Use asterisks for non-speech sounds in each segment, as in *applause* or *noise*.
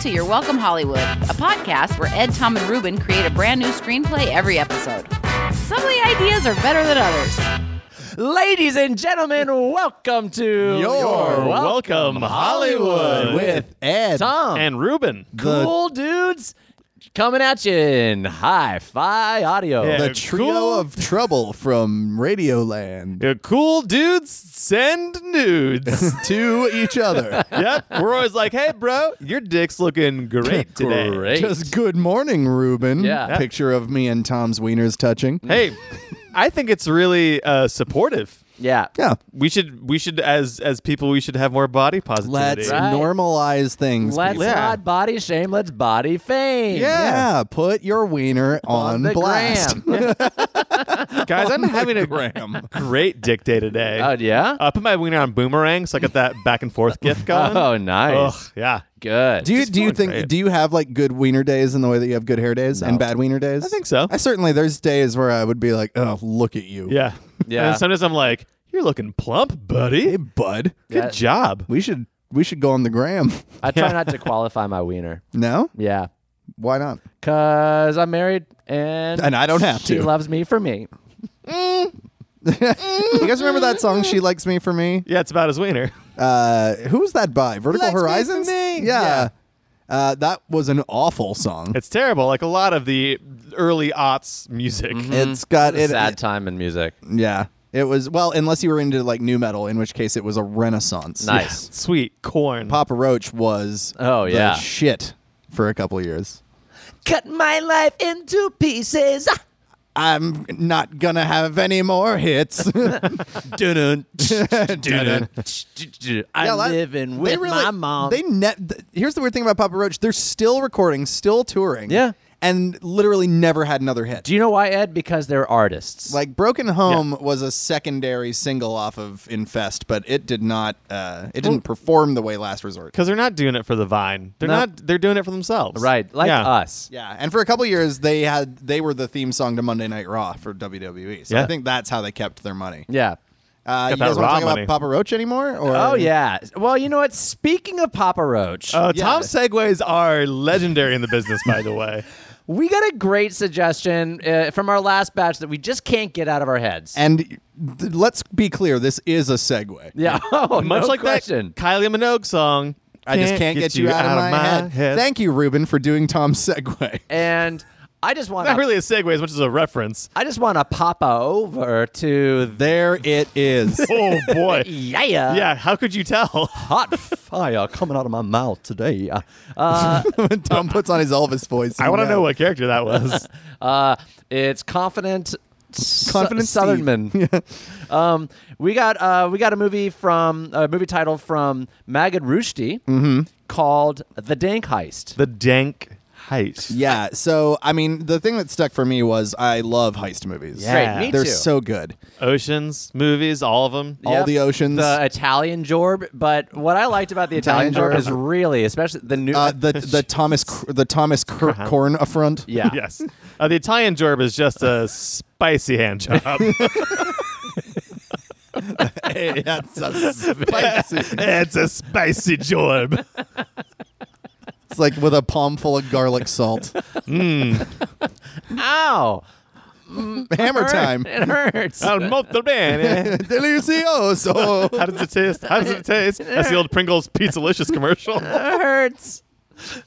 to Your Welcome Hollywood, a podcast where Ed, Tom, and Ruben create a brand new screenplay every episode. Some of the ideas are better than others. Ladies and gentlemen, welcome to Your Welcome Hollywood with Ed. Tom and Ruben. the- Cool Dudes coming at you in hi-fi audio. Yeah. The trio Cool. of trouble from Radioland Yeah, cool dudes send nudes. *laughs* *laughs* to each other. yep. We're always like, hey, bro, your dick's *laughs* looking great today. Great. Just good morning, Ruben. Yeah. Picture of me and Tom's wieners touching. Hey, I think it's really uh, supportive. yeah. Yeah. We should, we should, as as people, we should have more body positivity. Let's Right. normalize things. Let's people. Yeah. not body shame, let's body fame. Yeah. Put your wiener On on, the *laughs* blast. gram. *laughs* Guys, I'm having a Gram. great dick day *laughs* today. Oh yeah. I put my wiener on boomerang, so I got that back and forth gift *laughs* going. Oh, nice. Ugh, yeah. Good. Uh-huh. Do you Just do you feeling think great. do you have like good wiener days in the way that you have good hair days and bad wiener days? I think so. I certainly there's days where I would be like, oh, look at you. Yeah. Yeah. And sometimes I'm like, you're looking plump, buddy. Hey, bud. Good Yeah. job. We should we should go on the gram. *laughs* I try not to qualify my wiener. No? Yeah. Why not? Cause I'm married and And I don't have she to. loves me for me. you guys remember that song "She Likes Me" for me? Yeah, it's about his wiener. Uh, who was that by? Vertical Likes Me for Horizons. me. Yeah, Uh, that was an awful song. It's terrible, like a lot of the early aughts music. It's got it. mm, Sad time in music. yeah, it was. Well, unless you were into like new metal, in which case it was a renaissance. Nice. Sweet corn. Papa Roach was Oh, the yeah. shit for a couple years. Cut my life into pieces. Ah. I'm not gonna have any *laughs* more hits. Dun-dun. I'm Dun-dun. Yeah, that- living they with really- my mom. They ne- th- here's the weird thing about Papa Roach: they're still recording, still touring. Yeah. and literally never had another hit. Do you know why, Ed? Because they're artists. Like Broken Home was a secondary single off of Infest, but it did not uh, it didn't perform the way Last Resort. Because they're not doing it for the vine. They're No. not. They're doing it for themselves. right, like Yeah. us. Yeah, and for a couple years they had they were the theme song to Monday Night Raw for WWE. So I Yeah. think that's how they kept their money. Yeah. Uh, you guys want that to Raw talk money. about Papa Roach anymore? Or Oh yeah. Well, you know what? Speaking of Papa Roach, Uh, Yeah. Tom segues are legendary in the business, by *laughs* the way. we got a great suggestion uh, from our last batch that we just can't get out of our heads. And th- let's be clear, this is a segue. yeah. *laughs* Oh, Much no like question. that Kylie Minogue song. I just can't get, you out, of my, head. Thank you, Ruben, for doing Tom's segue. And I just want *laughs* not to. really a segue as much as *laughs* a reference. I just want to pop over to the There it *laughs* is. Oh boy. yeah yeah. How could *laughs* you tell? hot fire coming out of my mouth today. Uh, when Tom puts on his Elvis voice. I you want to know what character *laughs* that was. Uh, it's confident, S- Confident Steve. Southernman. *laughs* *laughs* um, we got uh, we got a movie from a movie title from Magad Rushdie Mm-hmm. called The Dank Heist. the Dank Heist. Yeah. So, I mean, the thing that stuck for me was I love heist movies. Yeah. Great, me They're too. so good. Oceans movies, all of them. All the oceans. the Italian Jorb. But what I liked about the Italian, Italian Jorb Jorb. is really, especially the new. uh, *laughs* the the Thomas Cr- the Thomas Cr- Corn affront. Uh-huh. yeah. *laughs* *laughs* Yes. Uh, the Italian jorb is just a spicy hand *laughs* job. Hey, *laughs* that's a spicy. it's a spicy jorb. it's like with a palm full of garlic salt. *laughs* Ow! Hammer Hurt. time. It hurts. Al molto bene. *laughs* Delicioso. How does it taste? How does it taste? That's the old Pringles Pizzalicious commercial. It *laughs* hurts.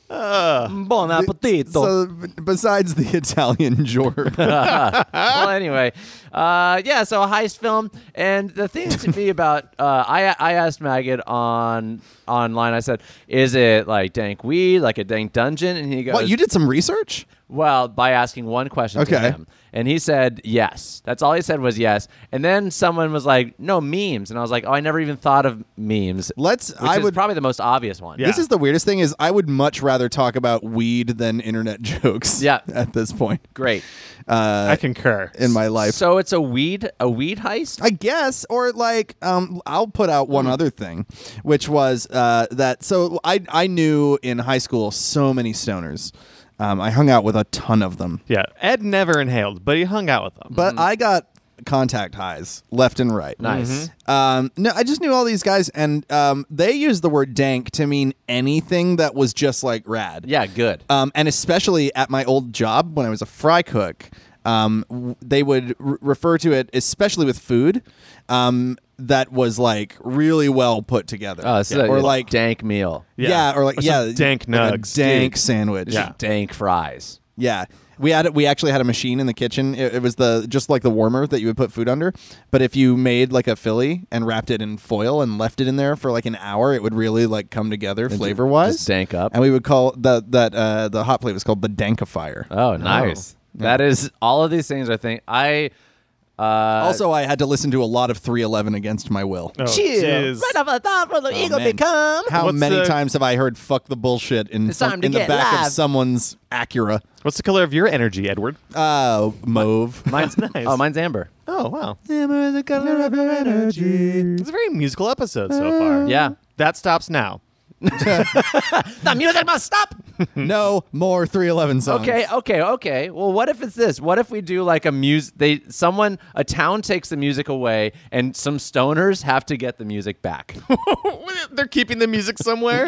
bon appetito. Uh, So, b- besides the Italian *laughs* jorb, *laughs* well, anyway, uh, yeah. So a heist film, and the thing to me about uh, I I asked Maggot on online. I said, "Is it like dank weed, like a dank dungeon?" And he goes, what you did some research? "Well, by asking one question to Okay. him." And he said, "Yes." That's all he said was yes. And then someone was like, "No memes," and I was like, "Oh, I never even thought of memes." Let's. Which I is would. probably the most obvious one. Yeah. This is the weirdest thing is I would much rather talk about weed than internet *laughs* jokes. Yeah. At this point Great. I concur. in my life. So it's a weed a weed heist. I guess, or like, um, I'll put out one other thing, which was uh, that. So I I knew in high school so many stoners. Um, I hung out with a ton of them, yeah. Ed never inhaled, but he hung out with them. but I got contact highs left and right. Nice. Um, no, I just knew all these guys, and um, they used the word dank to mean anything that was just like rad. Yeah, good. Um, and especially at my old job when I was a fry cook, um, w- they would r- refer to it, especially with food, um, that was like really well put together. Oh, this is a or like dank meal. yeah. Yeah. or like Or yeah, some dank like a nugs, dank dude. sandwich. Yeah. Dank fries. Yeah. We had we actually had a machine in the kitchen. It, it was the just like the warmer that you would put food under. But if you made like a Philly and wrapped it in foil and left it in there for like an hour, it would really like come together flavor wise. just dank up. And we would call the that uh, the hot plate was called the dankifier. Oh, nice. That is all of these things. I think I. Uh, also, I had to listen to a lot of 311 against my will. Oh, jeez. off the top from the eagle man. become. How What's many the- times have I heard "fuck the bullshit" in It's front- time to in the get back live. of someone's Acura? What's the color of your energy, Edward? Uh, *laughs* mauve. Mine's *laughs* Nice. Oh, mine's amber. Oh, wow. Amber is the color of your energy. It's a very musical episode so far. Yeah. That stops now. The music must stop. *laughs* no more 311 songs. Okay, okay, okay. Well, what if it's this? What if we do like a music? They someone a town takes the music away, and some stoners have to get the music back. *laughs* They're keeping the music somewhere?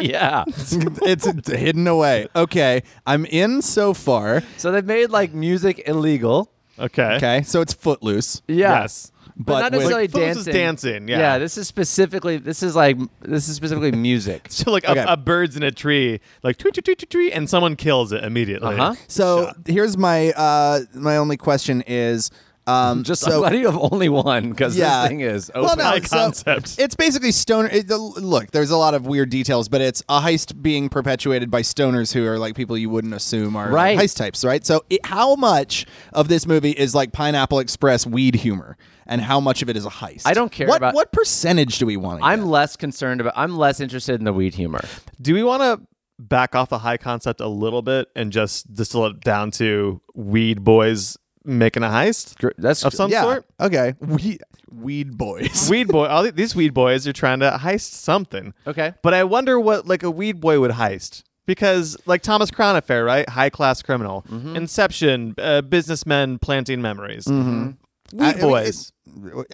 *laughs* yeah. *laughs* it's hidden away. Okay, I'm in *laughs* so far. So they've made like music illegal. Okay. Okay, so it's footloose. Yeah. Yes. But, not But with- necessarily Like, Footloose dancing. is dancing, yeah. This is specifically. This is like. This is specifically music. *laughs* So like Okay. a, a bird's in a tree, like tweet tweet tweet tweet, tweet, and someone kills it immediately. Uh-huh. So here's my uh my only question is um *laughs* Just so I'm glad you have only one because yeah this thing is Well, open. no, Eye so concept. it's basically stoner. It, the- look, there's a lot of weird details, but it's a heist being perpetuated by stoners who are like people you wouldn't assume are like, Right. heist types, right? So it, how much of this movie is like Pineapple Express weed humor, and how much of it is a heist? I don't care What about- what percentage do we want? I'm less concerned about. I'm less interested in the weed humor. Do we want to back off the high concept a little bit and just distill it down to weed boys making a heist Gr- That's of some yeah. sort? Okay. We, weed boys. *laughs* Weed boy, all the- these weed boys are trying to heist something. okay. But I wonder what like a weed boy would heist because like Thomas Crown affair, right? High class criminal, Mm-hmm. Inception, uh, businessmen planting memories, Mm-hmm. I- I weed mean, boys. it's-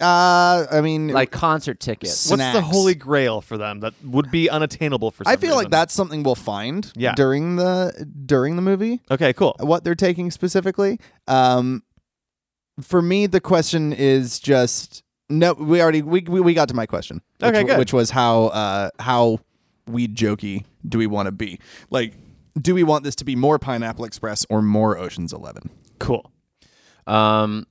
Uh, I mean, Like concert tickets. What- What's the snacks. holy grail for them that would be unattainable for? Some I feel like reason? that's something we'll find Yeah. during the during the movie. Okay, cool. Oh, What they're taking specifically. Um, for me, the question is just no. We already we we, we got to my question. Which, Okay, good. Which was how uh how weed jokey do we want to be? Like, do we want this to be more Pineapple Express or more Ocean's Eleven? Cool. Um.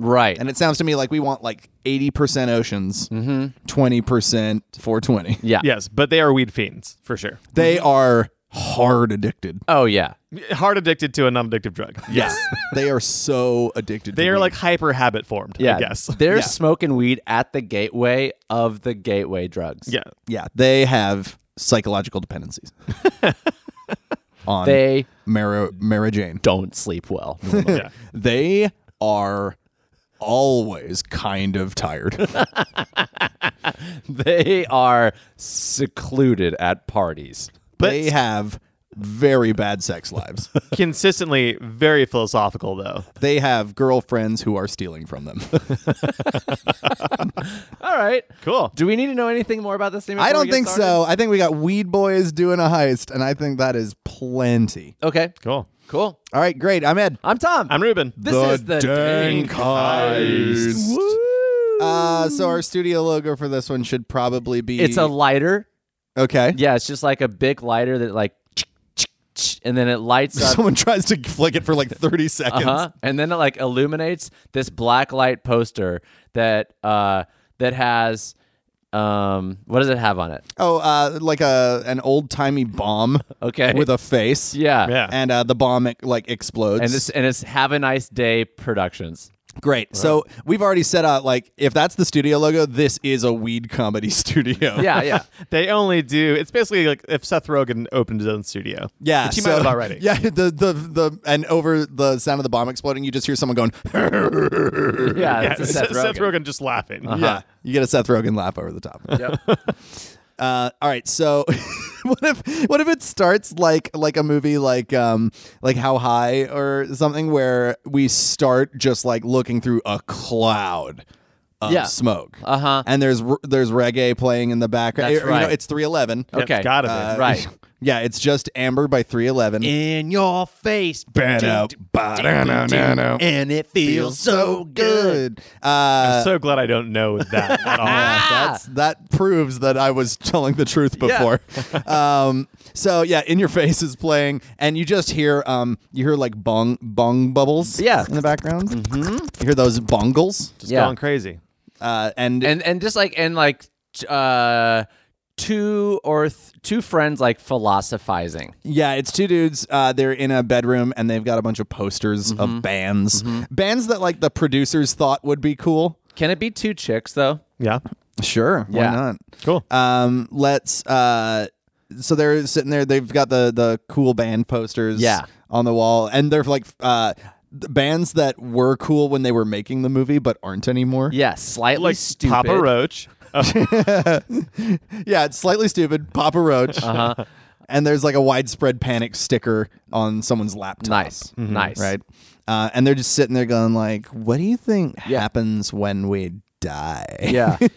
Right. And it sounds to me like we want like eighty percent Oceans, 20 Mm-hmm. percent four twenty. yeah. Yes, but they are weed fiends for sure. They are hard addicted. Oh yeah. Hard addicted to a non-addictive drug. Yeah. they are so addicted. They to are weed. like hyper habit formed. Yeah. *laughs* I guess. *laughs* They're Yeah. smoking weed at the gateway of the gateway drugs. yeah. yeah, they have *laughs* psychological dependencies on They Mara, Mara Jane. don't sleep *laughs* well. yeah. They are always kind *laughs* of tired. they are secluded at parties. But- they have very bad sex lives. Consistently very philosophical though. they have girlfriends who are stealing from them. All right. Cool. Do we need to know anything more about this thing? before I we don't get think started? so. I think we got weed boys doing a heist, and I think that is plenty. Okay. Cool. Cool. All right, great. I'm Ed. I'm Tom. I'm Ruben. This is the Dank Heist. Uh, so our studio logo for this one should probably be It's a lighter. okay. Yeah, it's just like a big lighter that like, and then it *laughs* lights up. Someone tries to flick it for like 30 seconds. Uh-huh. And then it like illuminates this black light poster that uh that has um what does it have on it? Oh, uh, like a an old timey *laughs* bomb Okay. with a face. yeah. Yeah. And uh, the bomb e- like explodes. And this and it's Have a Nice Day *laughs* Productions. great. So we've already set out like if that's the studio logo, this is a weed comedy *laughs* studio. Yeah, yeah. They only do. It's basically like if Seth Rogen opened his own studio. yeah. which he so- might have already. *laughs* Yeah. The the the and over the sound of the bomb exploding, you just hear someone going. *laughs* Uh-huh. yeah, *laughs* Yeah, it's a Seth, Rogen. Uh-huh. just laughing. *laughs* Yeah. You get a Seth Rogen laugh over the top. Yep. Uh, all right. So *laughs* what if what if it starts like like a movie like um like How High or something where we start just like looking through a cloud of Yeah. smoke. Uh-huh. And there's r- there's reggae playing in the background. That's You know, right. it's 311. Okay. It's gotta be. Uh, Right. Yeah, it's just Amber by 311. In your face. Ba-da-ba-da-na-na-na. And it feels so good. Uh, I'm so glad I don't know *laughs* that at *laughs* all. that's Ah! that proves that I was telling the truth before. *laughs* um, so yeah, in your face is playing, and you just hear um, you hear like bong bong bubbles, Yeah. in the background. You hear those bongles, Just Yeah. going crazy. uh, and, and and just like and like t- uh two or th- two friends like philosophizing yeah, it's two dudes. Uh, they're in a bedroom, and they've got a bunch of posters of bands, bands that like the producers thought would be cool. can it be two chicks though Yeah. Sure, Yeah. why not? Cool. Uh, Um, let's. Uh, so they're sitting there. They've got the the cool band posters. Yeah. on the wall, and they're like uh, the bands that were cool when they were making the movie, but aren't anymore. yes slightly like stupid *laughs* Papa Roach. *laughs* Yeah, it's slightly stupid. Papa Roach. Uh-huh. And there's like a widespread panic sticker on someone's laptop. nice nice Right. Uh, and they're just sitting there going like, "What do you think Yeah. happens when we die?" yeah *laughs*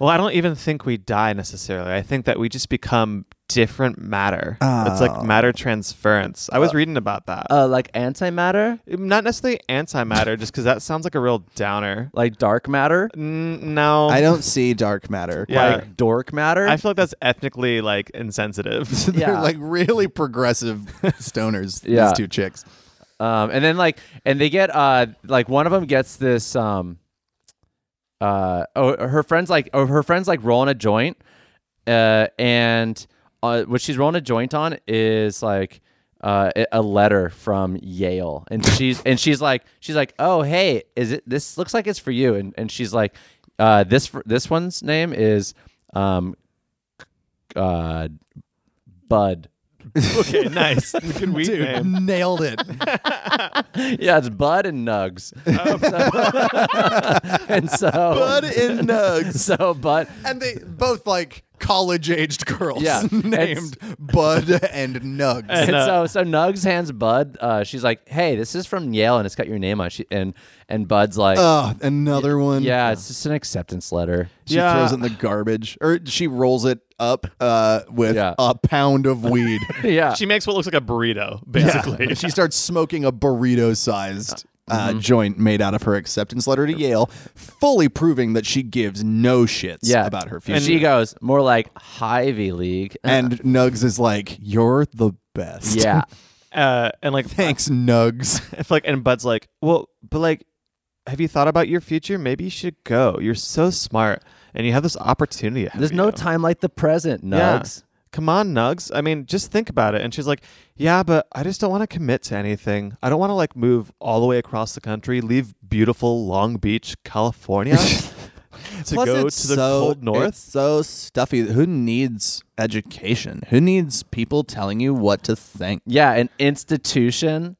Well, I don't even think we die necessarily. I think that we just become different matter. It's like matter transference. I was reading about that. Ah. uh like antimatter Not necessarily antimatter, just because that sounds like a real downer. like dark matter N- no, I don't see dark matter. Yeah. like dork matter I feel like that's ethnically like *laughs* insensitive. *laughs* *laughs* They're Yeah. like really progressive stoners. Yeah. These two chicks. um and then like and they get uh like one of them gets this um uh oh her friends like oh her friends like rolling a joint uh and uh, what she's rolling a joint on is like uh, a- a letter from Yale, and she's and she's like she's like oh hey is it this looks like it's for you and and she's like uh, this fr- this one's name is um uh Bud okay, nice. Good weed Dude, name. nailed *laughs* it. *laughs* yeah it's Bud and Nugs *laughs* and so Bud and *laughs* Nugs. so but And they both like college aged girls *laughs* Yeah. named Bud and Nugs. and uh, so so Nugs hands Bud. Uh, she's like, "Hey, this is from Yale, and it's got your name on." it." She, and and Bud's like, oh, another one. "Yeah, it's just an acceptance letter." She Yeah. throws it in the garbage or she rolls it up uh, with Yeah. a pound of weed. *laughs* Yeah, She makes what looks like a burrito, *laughs* basically. she starts smoking a burrito sized uh, Mm-hmm. joint made out of her acceptance letter to Yale, fully proving that she gives no shits yeah. about her And future. she goes more like Hy-Vee League. and Nugs is like, You're the best. Uh, yeah, uh, and like, *laughs* Thanks, Nugs. if like, and Bud's like, well, but like, have you thought about your future? Maybe you should go. You're so smart, and you have this opportunity. ahead there's of no you." time like the present, Nugs. Come on, Nugs. I mean, just think about it. And she's like, Yeah, but I just don't want to commit to anything. I don't want to like move all the way across the country, leave beautiful Long Beach, *laughs* California to go to the cold It's north. so stuffy. Who needs education? Who needs people telling you what to think? Yeah, an institution.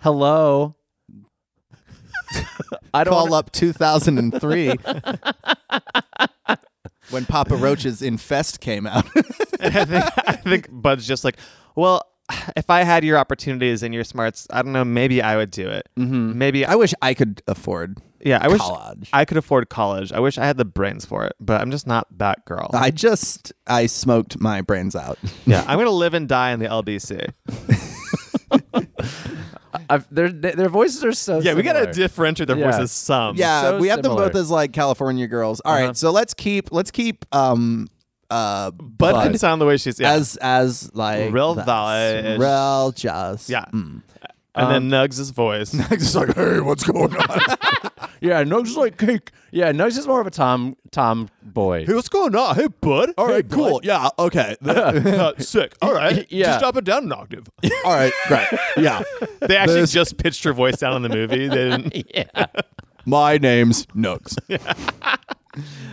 Hello. I don't. Call wanna- *laughs* up 2003 when Papa Roach's Infest *laughs* came out. And *laughs* I think, I *laughs* think Bud's just like, Well, if I had your opportunities and your smarts, I don't know, maybe I would do it. Mm-hmm. Maybe I, I wish I could afford. yeah, I wish college. I could afford college. I wish I had the brains for it, but I'm just not that girl. I just I smoked my brains *laughs* out. yeah, I'm gonna live and die in the LBC. I've, their their voices are so. *laughs* Yeah, we gotta similar. differentiate their Yeah. voices some. Yeah, so we have similar. them both as like California girls. All Uh-huh. right, so let's keep let's keep um uh Bud, Bud can sound the way she's yeah. as as like Real that's valid. real jazz. *laughs* yeah. mm. And Um, then Nugs' *laughs* voice. just like hey, what's going on? Yeah, Nugs is like *laughs* cake. Yeah, Nugs is more of a Tom Tom boy. *laughs* Hey, what's going on? Hey, bud. All right, cool. Yeah, *laughs* okay. Uh, sick. All right. *laughs* Yeah. Just drop it down an octave. All right, great. Yeah. They actually This- just pitched her voice down in the *laughs* movie. They didn't. Yeah. My name's *laughs* Nugs.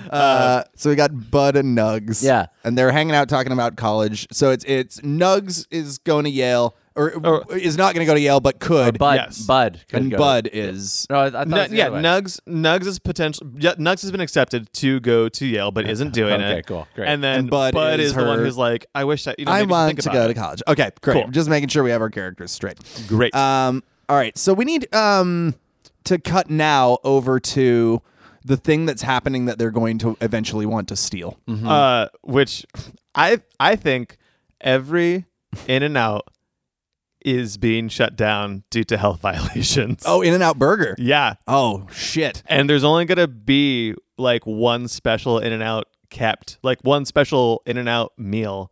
Uh, so we got Bud and Nugs. Yeah. And they're hanging out talking about college. So it's it's Nugs is going to Yale. or, is not going to go to Yale, but could. Bud, Yes. Bud, could and go. Bud is. No, I, I thought it Nu- was the yeah, other way. Nugs Nugs is potential. Yeah, Nugs has been accepted to go to Yale, *laughs* but isn't doing it. Okay, cool, great. And then And Bud Bud, is is, the one her- who's like, I wish I. You know, I maybe just want think to about go to it. college. Okay, great. Cool. Just making sure we have our characters straight. Great. Um, all right, so we need um to cut now over to the thing that's happening that they're going to eventually want to steal. Mm-hmm. uh, which I I think every In and Out is being shut down due to health *laughs* violations. Oh, In and Out Burger. yeah, Oh shit. and there's only gonna be like one special In and Out kept, like one special In and Out meal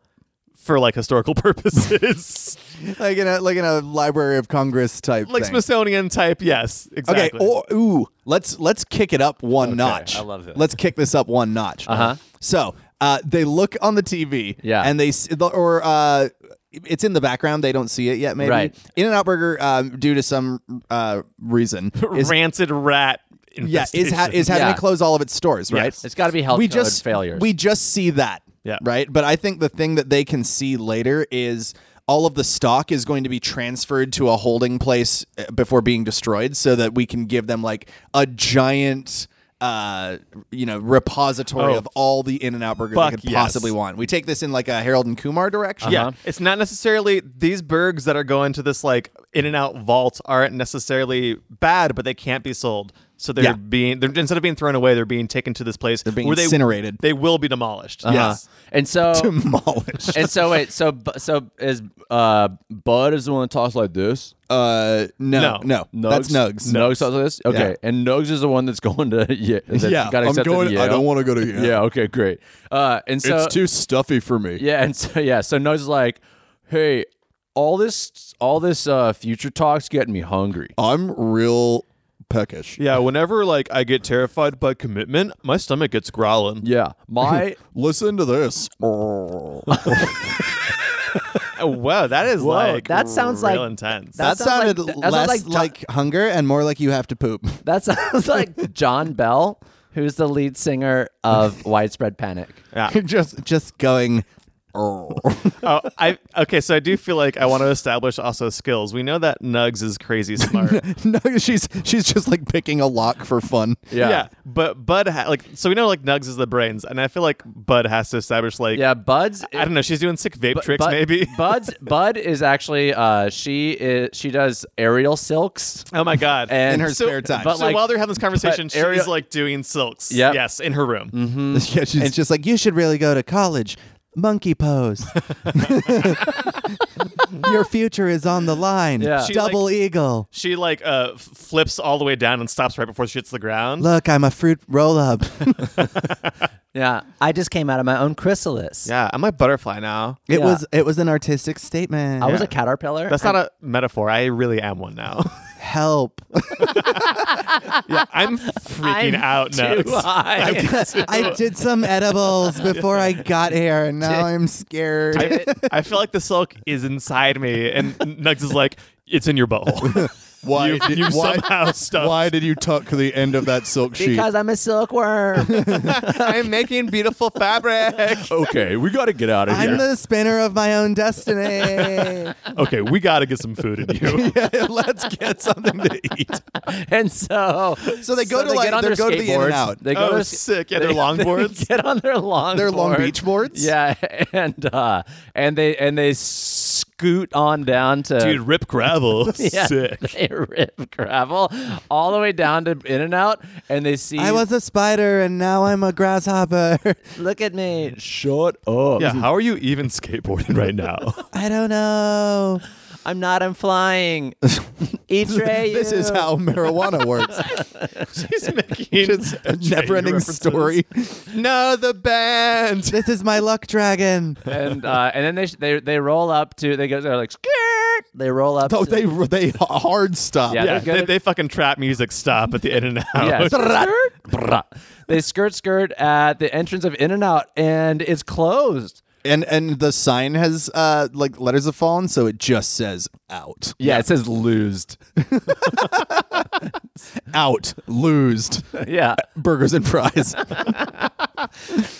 for like historical *laughs* purposes, *laughs* Like in a like in a Library of Congress type. like thing. Smithsonian type. Yes, exactly. Okay. Or ooh, let's let's kick it up one notch. I love this. Let's kick this up one notch. Uh-huh. So uh, they look on the TV. Yeah. And they s- or uh, it's in the background. They don't see it yet. Maybe. Right. In and Out Burger, um, due to some uh, *laughs* reason, is rancid rat. yeah is ha- is having Yeah. to close all of its stores. Right. Yes. It's got to be health we code just failures. we just see that. Yeah. Right. But I think the thing that they can see later is. All of the stock is going to be transferred to a holding place uh, before being destroyed, so that we can give them like a giant, uh, you know, repository Oh. of all the In and Out burgers Fuck they could yes. possibly want. We take this in like a Harold and Kumar direction. *laughs* Yeah, Uh-huh. it's not necessarily these bergs that are going to this like in and out vault aren't necessarily bad, but they can't be sold. So they're Yeah. being they're instead of being thrown away, they're being taken to this place. They're being they, incinerated. They will be demolished. Uh-huh. Yes. And *laughs* so demolished. and so wait, so Bu- so is uh Bud is the one that talks like this? Uh, no, No. Nugs? no, that's Nugs. Nugs talks like this? Okay. Yeah. And Nugs is the one that's going to *laughs* yeah. that Yeah, got I'm accepted going- to I Yale. don't wanna go to Yale. Yeah, okay, great. Uh and so stuffy for me. *laughs* Yeah, and so yeah, so Nugs is like, "Hey, all this all this uh future talks getting me hungry." I'm real peckish. Yeah, whenever like I get terrified by commitment, my stomach gets growling. Yeah. My *laughs* Listen to *laughs* this. Oh, wow, that is Whoa, like that sounds real like- intense. that- That, sounded sounds like- that less sounds like, like hunger and more like you have to poop. *laughs* that sounds *laughs* like John Bell, who's the lead singer *laughs* of Widespread Panic. yeah. just just going. *laughs* "Oh." oh, I okay. So I do feel like I want to establish also skills. We know that Nugs is crazy *laughs* smart. no, she's she's just like picking a lock for fun. *laughs* Yeah. but Bud ha- like so we know like Nugs is the brains, and I feel like Bud has to establish like Yeah, Bud's I don't know she's doing sick vape Bu- tricks Bud- maybe. *laughs* Bud's Bud is actually uh she is she does aerial silks oh my god! and In her so, spare time. but so like- while they're having this conversation, but Ariel- she's like doing silks. Yep. Mm-hmm. Yes, in her room. Mm. *laughs* Yeah, she's just like you should really go to college. Monkey pose. *laughs* *laughs* Your future is on the line. Yeah. She, like- eagle. She like uh f- flips all the way down and stops right before she hits the ground. Look, I'm a fruit roll up. yeah. I just came out of my own chrysalis. yeah, I'm a butterfly now. *laughs* It Yeah. it was an artistic statement. I was a caterpillar. That's not a metaphor. I really am one now. help. yeah, I'm freaking out too *laughs* now. high. *laughs* I did some edibles before I got here, and now I'm scared. I, I feel like the silk is inside me, and Nugs is like, "It's in your butthole." why? you you somehow stuffed did you tuck the end of that *laughs* silk *laughs* because I'm a silkworm. I'm making beautiful fabric. okay, we got to get out of I'm the spinner of my *laughs* own destiny. *laughs* Okay, we got to get some food in *laughs* you. Oh, Let's get something to *laughs* eat. *laughs* and *laughs* so So they go to, like, get on they their go to the In-N-Out. skateboards. They go Oh, to their- sick. Yeah, *laughs* *laughs* their they- longboards. They get on their long. Their Long Beach boards? Yeah, and uh, and they and they scoot on down to *laughs* Dude, rip gravel. Yeah, Sick. *laughs* They rip gravel all the way down to In and Out, and they see. a spider, and now I'm a grasshopper. *laughs* look at me. Shut up. Yeah, how are you even skateboarding *laughs* right now? *laughs* I don't know. I'm not. I'm *laughs* flying. Etray. This is how marijuana works. She's making a never-ending references. story. No, the band. This is my luck dragon. And uh, *laughs* and then they sh- they they roll up to. They go. They're like skirt. They roll up. Oh, to- they they hard stop. Yeah. Yeah, They're good they, at- they fucking trap music stop at the in and *laughs* out. *laughs* Yeah. Skirt. Brah. They skirt skirt at the entrance of In and Out, and it's closed. And and the sign has uh like letters have fallen, so it just says out. Yeah, it *laughs* says losed. Out. *laughs* Losed. yeah. Burgers and fries.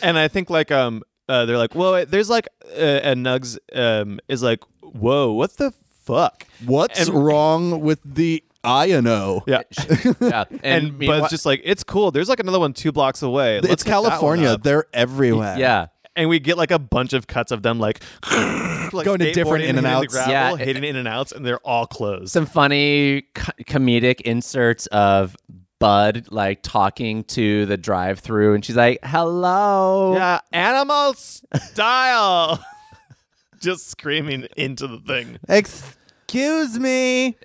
and I think like um uh, they're like, whoa, there's like uh, and Nugs um is like, whoa, what the fuck. *laughs* What's And- wrong with the I and O? Yeah. *laughs* yeah. And, meanwhile- Bud's just like, it's cool. There's like another one two blocks away. It's Let's look that one California. up." They're everywhere. *laughs* yeah. and we get like a bunch of cuts of them like, *laughs* like Going to different skateboarding, in and hitting the outs. gravel, Yeah. hitting in and outs, and they're all closed. some funny co- comedic inserts of Bud like talking to the drive-through, and she's like, "Hello." yeah, *laughs* animal style, *laughs* just screaming into the thing. Excuse me.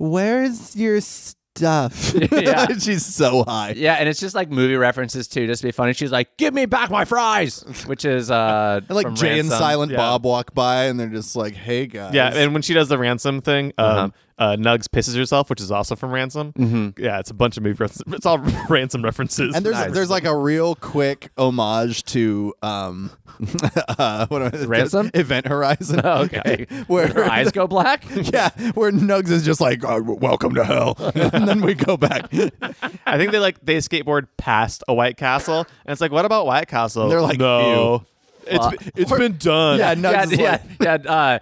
Where's your stuff? Yeah. She's so high. Yeah, and it's just like movie references too, just to be funny. She's like, "Give me back my *laughs* fries," which is uh, And like from Jay and Ransom. Silent Yeah. Bob walk by and they're just like, hey guys. Yeah, and when she does the ransom thing, Uh-huh. um, uh Nugs pisses herself, which is also from Ransom. Mm-hmm. Yeah, it's a bunch of movie references. It's all *laughs* ransom references. And there's Nice. there's like a real quick homage to um *laughs* uh, what am I- Ransom? Oh, Event Horizon. Okay, *laughs* Where- her eyes go black. *laughs* yeah, where Nugs is just like, "Uh, "Welcome to hell," *laughs* and then we go back. *laughs* I think they like they skateboard past a White Castle, and it's like, what about White Castle? They're like, no, it's Fuck. it's been done. Yeah, Nugs yeah, is yeah, like, yeah. Uh,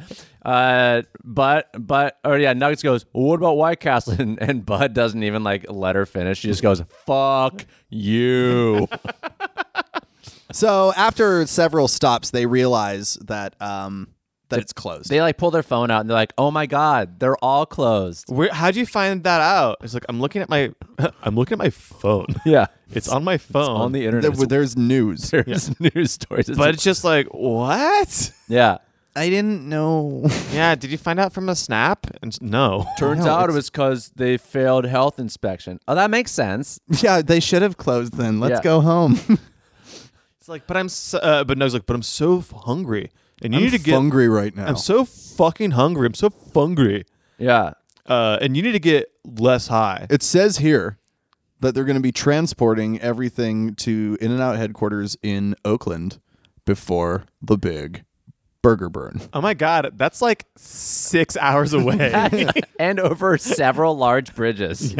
uh, but but or yeah, Nuggets goes. Well, what about White Castle? *laughs* And, and Bud doesn't even like let her finish. She just goes, "Fuck you." So after several stops, they realize that um that it's closed. They like pull their phone out and they're like, "Oh my god, they're all closed." Where, how'd you find that out? It's like I'm looking at my, *laughs* I'm looking at my phone. *laughs* Yeah, It's on my phone. on the There- internet. *laughs* there's news. There's news stories. It's- but it's just like what? yeah, I didn't know. *laughs* Yeah. Did you find out from a snap? And no. turns No, out it's- it was because they failed health inspection. Oh, that makes *laughs* sense. yeah, they should have closed then. Let's Yeah. go home. It's like, but I'm, so, uh, but Nugs like, but I'm so hungry, and you I'm need to get. hungry right now. I'm so fucking hungry. I'm so hungry. *laughs* Yeah, Uh, and you need to get less high. it says here that they're going to be transporting everything to In and Out headquarters in Oakland before the big burger burn. Oh my god, that's like six *laughs* hours away. *laughs* and over several large bridges.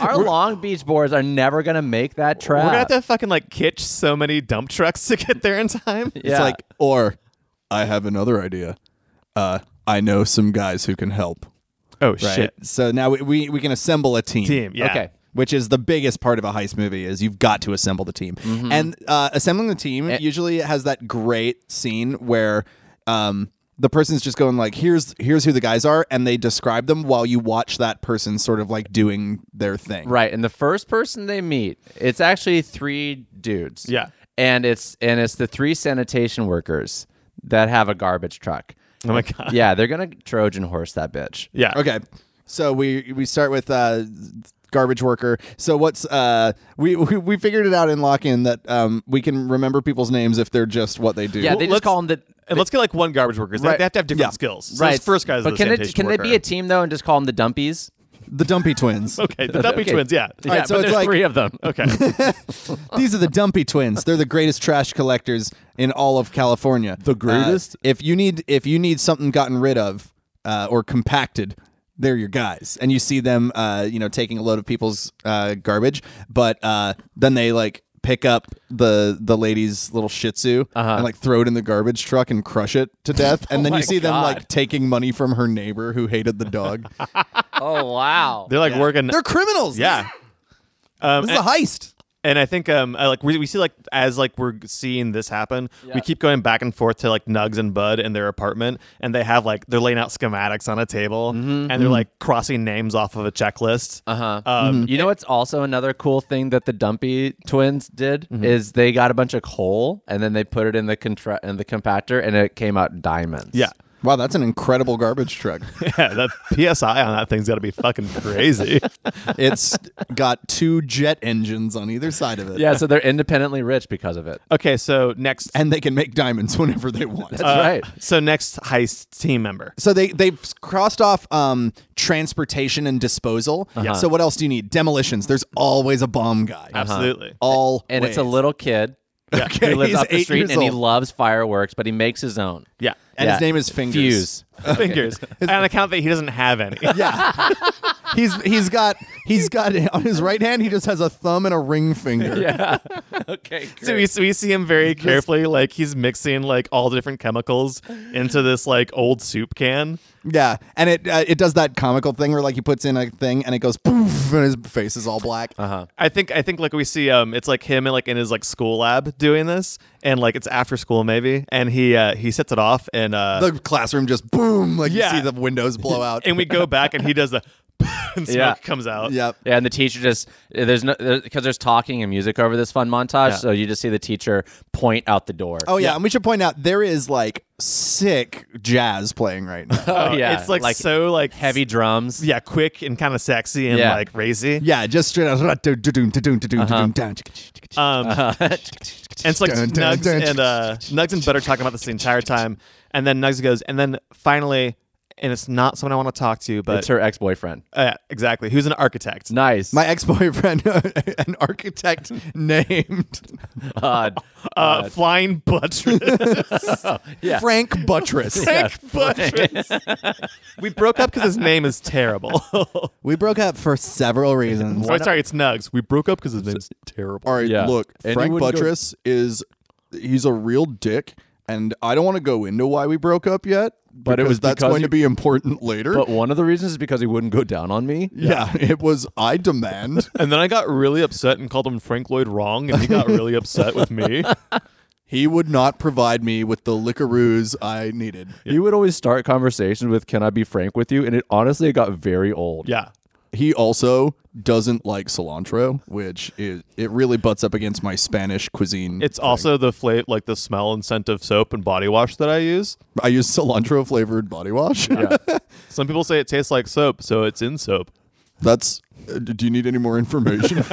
Our Long Beach boards are never gonna make that We're trap. gonna have to fucking like kitch so many dump trucks *laughs* to get there in time. *laughs* Yeah. It's like, or I have another idea. Uh, I know some guys who can help. Oh Right? shit. So now we, we, we can assemble a team. Team. Yeah. Okay. Which is the biggest part of a heist movie is you've got to assemble the team. Mm-hmm. And uh, assembling the team Eh. usually has that great scene where um, the person's just going like, "Here's here's who the guys are," and they describe them while you watch that person sort of like doing their thing. Right, and the first person they meet, it's actually three dudes. Yeah. and it's and it's the three sanitation workers that have a garbage truck. Oh my god. yeah, they're gonna Trojan horse that bitch. Yeah. Okay. So we we start with uh garbage worker. So what's uh we *laughs* we, we figured it out in lock in that um we can remember people's names if they're just what they do. Yeah, they let's- just call them the. And let's get like one garbage worker. They- Right. They have to have different Yeah. skills. So Right, this first guy's But the can sanitation it, can worker. *laughs* they be a team though and just call them the Dumpies? the dumpy twins. Okay, the Dumpy Okay. twins. Yeah. yeah, right, so but it's there's like- three of them. Okay. These are the dumpy twins. They're the greatest trash collectors in all of California. The greatest? if you need if you need something gotten rid of uh, or compacted, they're your guys. And you see them uh, you know taking a load of people's uh, garbage, but uh, then they like pick up the the lady's little shih tzu and like throw it in the garbage truck and crush it *laughs* to death and then Uh-huh. Oh my you see them God. like taking money from her neighbor who hated *laughs* the dog Oh wow. *laughs* They're like working. they're criminals yeah. Um, this and, is a heist and I think um, I, like we, we see like as like we're seeing this happen, we keep going back and forth to like Nugs and Bud in their apartment, and they have like they're laying out schematics on a table, and they're like crossing names off of a checklist. Mm-hmm. Uh-huh. Um, You know what's also another cool thing that the Dumpy twins did is they got a bunch of coal and then they put it in the contra- in the compactor and it came out diamonds. Yeah. *laughs* wow that's an incredible garbage truck Yeah, that PSI on that thing's got to be fucking *laughs* crazy. It's got two jet engines on either side of it. Yeah, so they're independently rich because of it. okay, so next, And they can make diamonds whenever they want. Uh, That's Uh, right. so next heist team member. So they they've crossed off um, transportation and disposal. Uh-huh. So what else do you need? Demolitions. There's always a bomb guy. Absolutely. All And it's a ways. little kid Okay, who lives *laughs* he's off the eight street years and he old. loves fireworks, but he makes his own. Yeah. And Yeah. *laughs* his name is Fingers. Fuse. fingers on account that he doesn't have any. Yeah. he's he's got he's got on his right hand he just has a thumb and a ring finger. Yeah. okay. Great. So we, so we see him very carefully, like he's mixing like all the different chemicals into this like old soup can. Yeah, and it uh, it does that comical thing where like he puts in a thing and it goes poof and his face is all black. Uh-huh. I think I think like we see um it's like him in like in his like school lab doing this and like it's after school maybe and he uh he sets it off and uh The classroom just boom like Yeah. you see the windows *laughs* blow out. and we go back and he does the *laughs* and smoke Yeah. comes out. yep. Yeah, and the teacher just there's no because there's talking and music over this fun montage, Yeah. so you just see the teacher point out the door. Oh yeah, and we should point out there is like sick jazz playing right *laughs* now. Oh, Uh, yeah, It's like, so like heavy drums. yeah, quick and kind of sexy and Yeah. like racy. yeah, just straight *laughs* out. Uh-huh. Um, *laughs* and it's like Dun, dun, Nugs dun. and uh, Nugs and Bud are talking about this the entire time, and then Nugs goes, and then finally, and it's not someone I want to talk to, but it's her ex boyfriend. uh, exactly, who's an architect? Nice. My ex-boyfriend, *laughs* an architect *laughs* named *laughs* God. uh, flying buttress. *laughs* Yeah. Frank Buttress. *laughs* Frank Buttress. we broke up because his name *laughs* is terrible. *laughs* oh, We broke up for several reasons. sorry, it's Nugs. We broke up because his name's terrible. All right, Yeah. look, And he Frank wouldn't go- Buttress is he's a real dick, and I don't want to go into why we broke up yet, But it because was that's because going you- to be important later. but one of the reasons is because he wouldn't go down on me. *laughs* yeah, it was *laughs* I demand. And then I got really upset and called him Frank Lloyd Wrong, and he got really upset *laughs* with me. he would not provide me with the liquoroos I needed. He would always start conversations with "Can I be frank with you?" and it honestly it got very old. Yeah. He also doesn't like cilantro, which is it really butts up against my Spanish cuisine. It's also the flavor, like the smell and scent of soap and body wash that I use. I use cilantro flavored body wash. Some people say it tastes like soap, so it's in soap. *laughs* that's. uh, do you need any more information?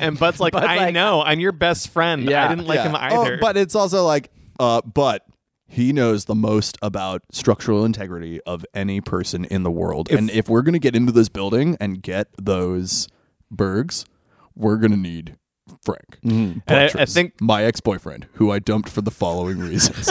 And Bud's *laughs* like, I like- know, I'm your best friend. Yeah. I didn't *laughs* like Yeah. him either. Oh, but it's also like, uh, but he knows the most about structural integrity of any person in the world. and if we're going to get into this building and get those bergs, we're going to need Frank. And Mm-hmm. I- I Buttress, think- my ex boyfriend, who I dumped for the following reasons.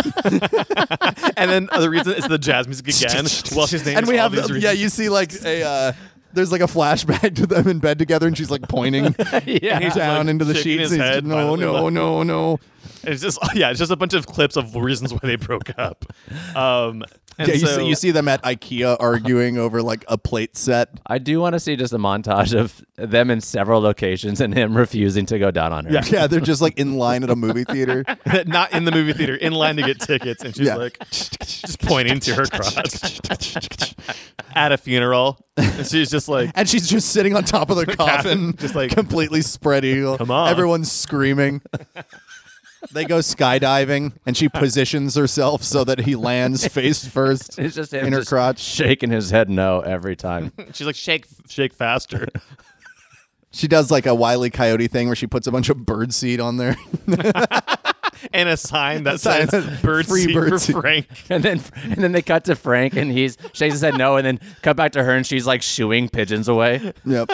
and then the reason is the jazz *laughs* music again. Well, she's named and we all have, these the, yeah, reasons. you see like a. Uh, there's like a flashback *laughs* to them in bed together, and she's like *laughs* pointing And he's, down like, into the shaking sheets. his and he's head, just, no, finally, no, like- no, no. It's just *laughs* yeah, it's just a bunch of clips of reasons why they broke up. Um, and Yeah, you, so- see, *laughs* you see them at IKEA arguing over like a plate set. I do want to see just a montage of them in several locations and him *laughs* refusing to go down on her. Yeah. Yeah, they're just like in line at a movie theater. not in the movie theater, in line to get tickets, and she's Yeah. like just pointing to her *laughs* crotch at a funeral, and she's just like, And she's just sitting on top *laughs* of the coffin, just like- completely spread eagle. Come on. *laughs* Everyone's screaming. they go skydiving, and she positions herself so that he lands face *laughs* *laughs* first It's just him in her just crotch. shaking his head no every time. she's like shake, shake faster. She does like a wily coyote thing where she puts a bunch of bird seed *laughs* on there. and a sign *laughs* that sign says that- "Bird free seed bird for seed. Frank." And then and then they cut to Frank and he's shakes his head no and then cut back to her and she's like shooing pigeons away. *laughs* yep.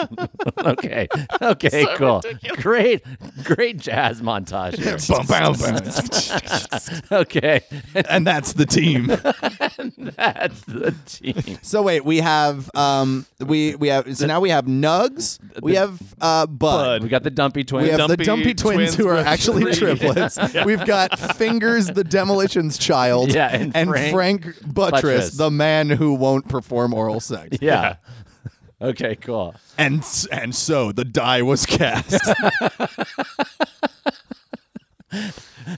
Okay. Okay, cool. Great great jazz montage. *laughs* here. Bum, bum, *laughs* bum. okay. and that's the team. That's the team. So wait, we have *laughs* um we we have so now we have Nugs, we have uh Bud. Bud. We got the dumpy twin. We have the Dumpy Dumpy twins, twins who are with actually three. *laughs* triplets. We've got Fingers the Demolition's child Yeah, and Frank, Frank Buttress, Buttress. the man who won't perform oral sex. yeah. *laughs* Okay, cool. And and so the die *laughs* was cast.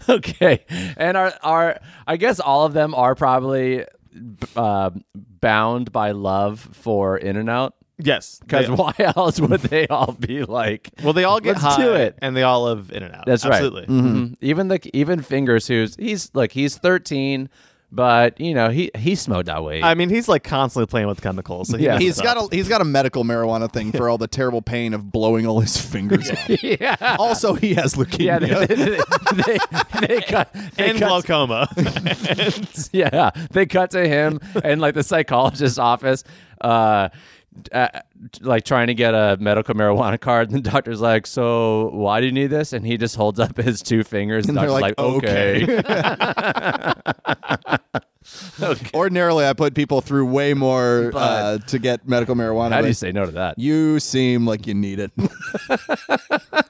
okay and our our i guess all of them are probably b- uh, bound by love for in and out Yes, because they- why *laughs* else would they all be like well, they all get Let's high, do it. and they all live in and out. That's right. Absolutely. Mhm. even the even fingers who's he's like he's 13 but you know he he smoked that way I mean, he's like constantly playing with chemicals. So he Yeah. knows he's stuff. *laughs* got a he's got a medical marijuana thing for all the terrible pain of blowing all *laughs* his fingers *laughs* off. yeah Also, he has leukemia. yeah, they, they, they, they, they cut. They and cut- glaucoma. yeah, they cut to him and like the psychologist's office. Uh, uh, like trying to get a medical marijuana card, and the doctor's like, "So why do you need this?" And he just holds up his two fingers, and, And they're doctor's like, like, "Okay." Ordinarily, I put people through way more uh, to get medical marijuana. *laughs* How do you but say no to that? you seem like *laughs* you need it.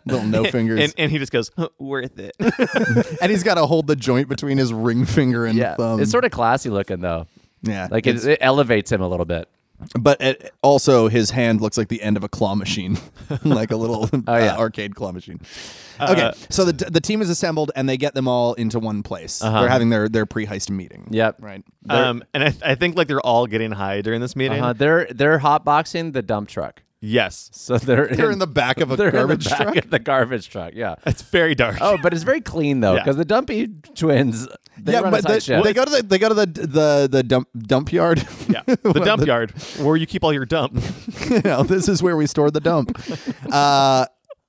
Little no fingers. *laughs* And, and he just goes, "Huh, worth it. and he's got to hold the joint between his ring finger and yeah, thumb. it's sort of classy looking though. yeah, Like it, it elevates him a little bit. but it, also his hand looks like the end of a claw machine, *laughs* like *laughs* a little uh, Oh, yeah. Uh, arcade claw machine. Okay, so the the team is assembled and they get them all into one place. Uh-huh. They're having their their pre heist meeting. Yep. right. Um, and I, th- I think like they're all getting high during this meeting. Uh-huh. They're they're hotboxing the dump truck. Yes. So *laughs* they're They're in the back of a they're in the garbage back truck. of the garbage truck. *laughs* Yeah. It's very dark. Oh, but it's very clean though, Yeah. because the Dumpy twins they run a tight they, ship. they go to the they go to the the the dump dump yard. *laughs* *laughs* yeah. The dump yard where you keep all your dump. you know, this is where we store the dump. Uh,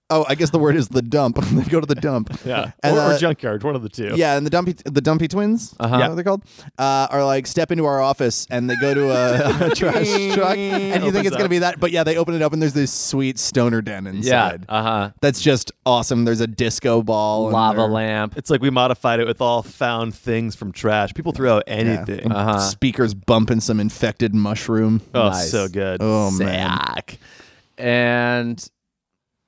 oh, I guess the word is the dump. *laughs* they go to the dump. Yeah. And, or, or uh, junkyard, one of the two. Yeah, and the dumpy the dumpy twins, uh-huh. Yeah. they're called, uh, are like step into our office and they go to a, *laughs* a trash truck and you think Opens it's gonna up. be that, but yeah, they open it up and there's this sweet stoner den yeah. inside. Uh huh. That's just awesome. There's a disco ball, and Lava they're- lamp. It's like we modified it with all found things from trash. People throw out yeah, Mm. anything. and Speakers bumping some infected mushroom. Oh, Nice. so good. Oh man. Sack. And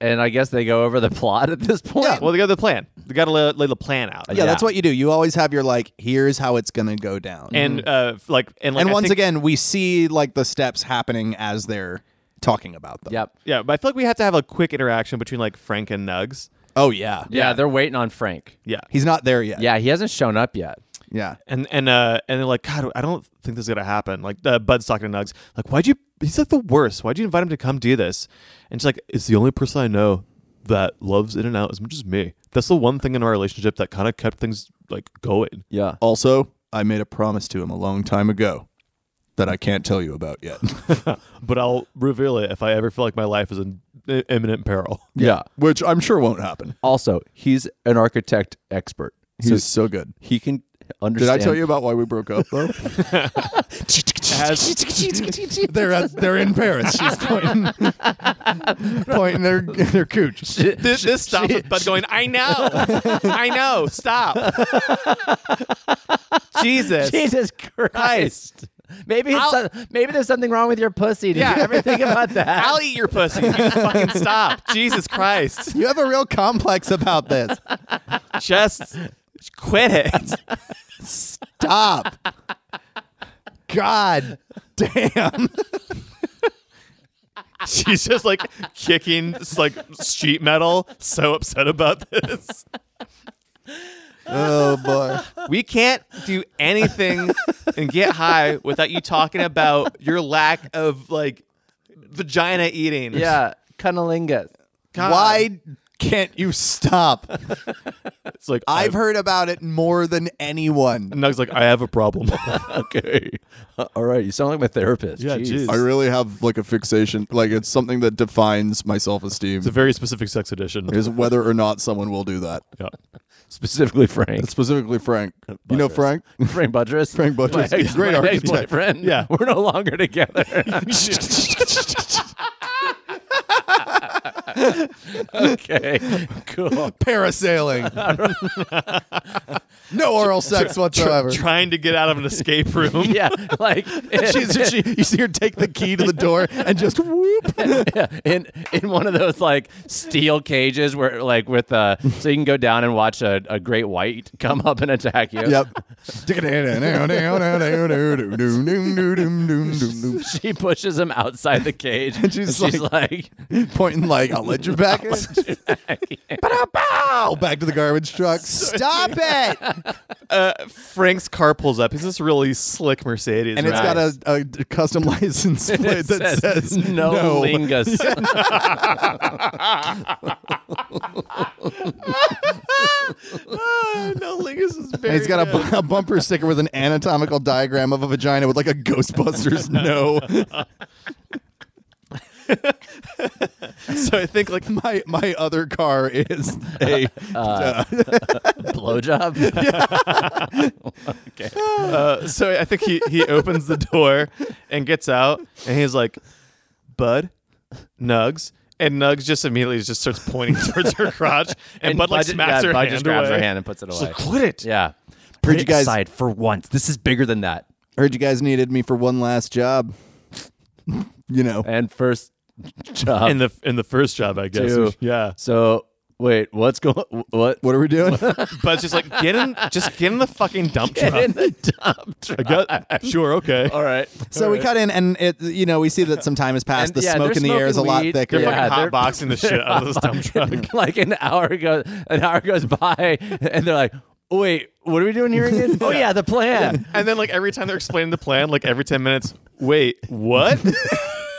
and I guess they go over the *laughs* plot at this point. Yeah. Well, they got the plan. They got to lay, lay the plan out. Yeah, that's Uh, Yeah. what you do. You always have your like, here's how it's gonna go down. And uh, f- like, and like, Mm-hmm. and I once think- again, we see like the steps happening as they're talking about them. Yep. yeah, but I feel like we have to have a quick interaction between like Frank and Nugs. Oh yeah. Yeah, they're waiting on Frank. Yeah, He's not there yet. Yeah, he hasn't shown up yet. Yeah. and and uh, and they're like, God, I don't think this is gonna happen. Like, uh, Bud's talking to Nugs, like, why'd you? He's like the worst. Why'd you invite him to come do this? And she's like, it's the only person I know that loves In and Out as much as me. That's the one thing in our relationship that kind of kept things like going. Yeah. Also, I made a promise to him a long time ago that I can't tell you about yet. *laughs* But I'll reveal it if I ever feel like my life is in i- imminent peril. yeah. Which I'm sure won't happen. Also, he's an architect expert. He's so, good. he can Did understand. I tell you about why we broke up *laughs* though? they're at, they're in Paris. She's pointing pointing their *laughs* their cooch. This, this stops with Bud going, I know. I know. *laughs* Stop. *laughs* Jesus. Jesus Christ. Maybe it's I'll- some- maybe there's something wrong with your pussy. Did *laughs* Yeah. you ever think about that? *laughs* I'll eat your pussy. You just fucking stop. Jesus Christ. You have a real complex about this. Just quit it. Stop. God damn. *laughs* She's just like kicking s- like sheet metal. So upset about this. Oh boy. We can't do anything and get high without you talking about your lack of like vagina eating. yeah, cunnilingus. God. Why can't you stop? It's like I've heard about it more than anyone. Nug's like, I have a problem. *laughs* Okay. Uh, All right. You sound like my therapist. Yeah, Jeez. jeez. I really have like a fixation. Like it's something that defines my self esteem It's a very specific sex edition. is whether or not someone will do that. Yeah. Specifically, Frank. Specifically Frank. You know Frank? *laughs* Frank Budress. Frank Budress. My Yeah. ex- Great my architect. ex-boyfriend. Yeah. We're no longer together. *laughs* okay. Cool. Parasailing. no oral sex *laughs* whatsoever. Trying to get out of an escape room. *laughs* Yeah. *laughs* Like She's- she- you see her take the key to the door and just whoop. yeah, in in one of those like steel cages where like with uh so you can go down and watch a, a great white come up and attack you. Yep. Pointing She pushes him outside the cage. and she's she's, like, like, I'll let you back in. Ba-da-bow! Back to the garbage truck. Stop it! Frank's car pulls up. He's this really slick Mercedes. And it's right? got a, a custom license plate it that says, no, lingus. Ah, no Lingus is And very. he's got a, bu- a bumper sticker with an anatomical diagram of a vagina with like a Ghostbusters no. so I think like My my other car is a *laughs* Blowjob. uh, so I think he he opens the door and gets out and he's like Bud, Nugs, and Nugs just immediately just starts pointing *laughs* towards her crotch, and, Bud like Bud- smacks yeah, her Bud hand just grabs away. her hand and puts it She's away. like, quit it. Yeah. Heard Put you it guys- aside for once. This is bigger than that. Heard you guys needed me for one last job. you know, And first job. In the in the first job, I guess. Two. Yeah. so wait, what's going? What? what are we doing? Bud's just like, get in, just get in the fucking dump truck. *laughs* In the dump truck. I got- sure, okay. All right. so we cut in, and it, you know, we see that some time has passed. And, the yeah, smoke they're in the air is a smoking lot weed. thicker. They're Yeah, fucking they're- hot boxing the shit out of *laughs* this dump truck. like an hour goes, an hour goes by, *laughs* and they're like, "Wait, what are we doing here again?" oh yeah, the plan. And then like every time they're explaining the plan, like every ten minutes, wait, what?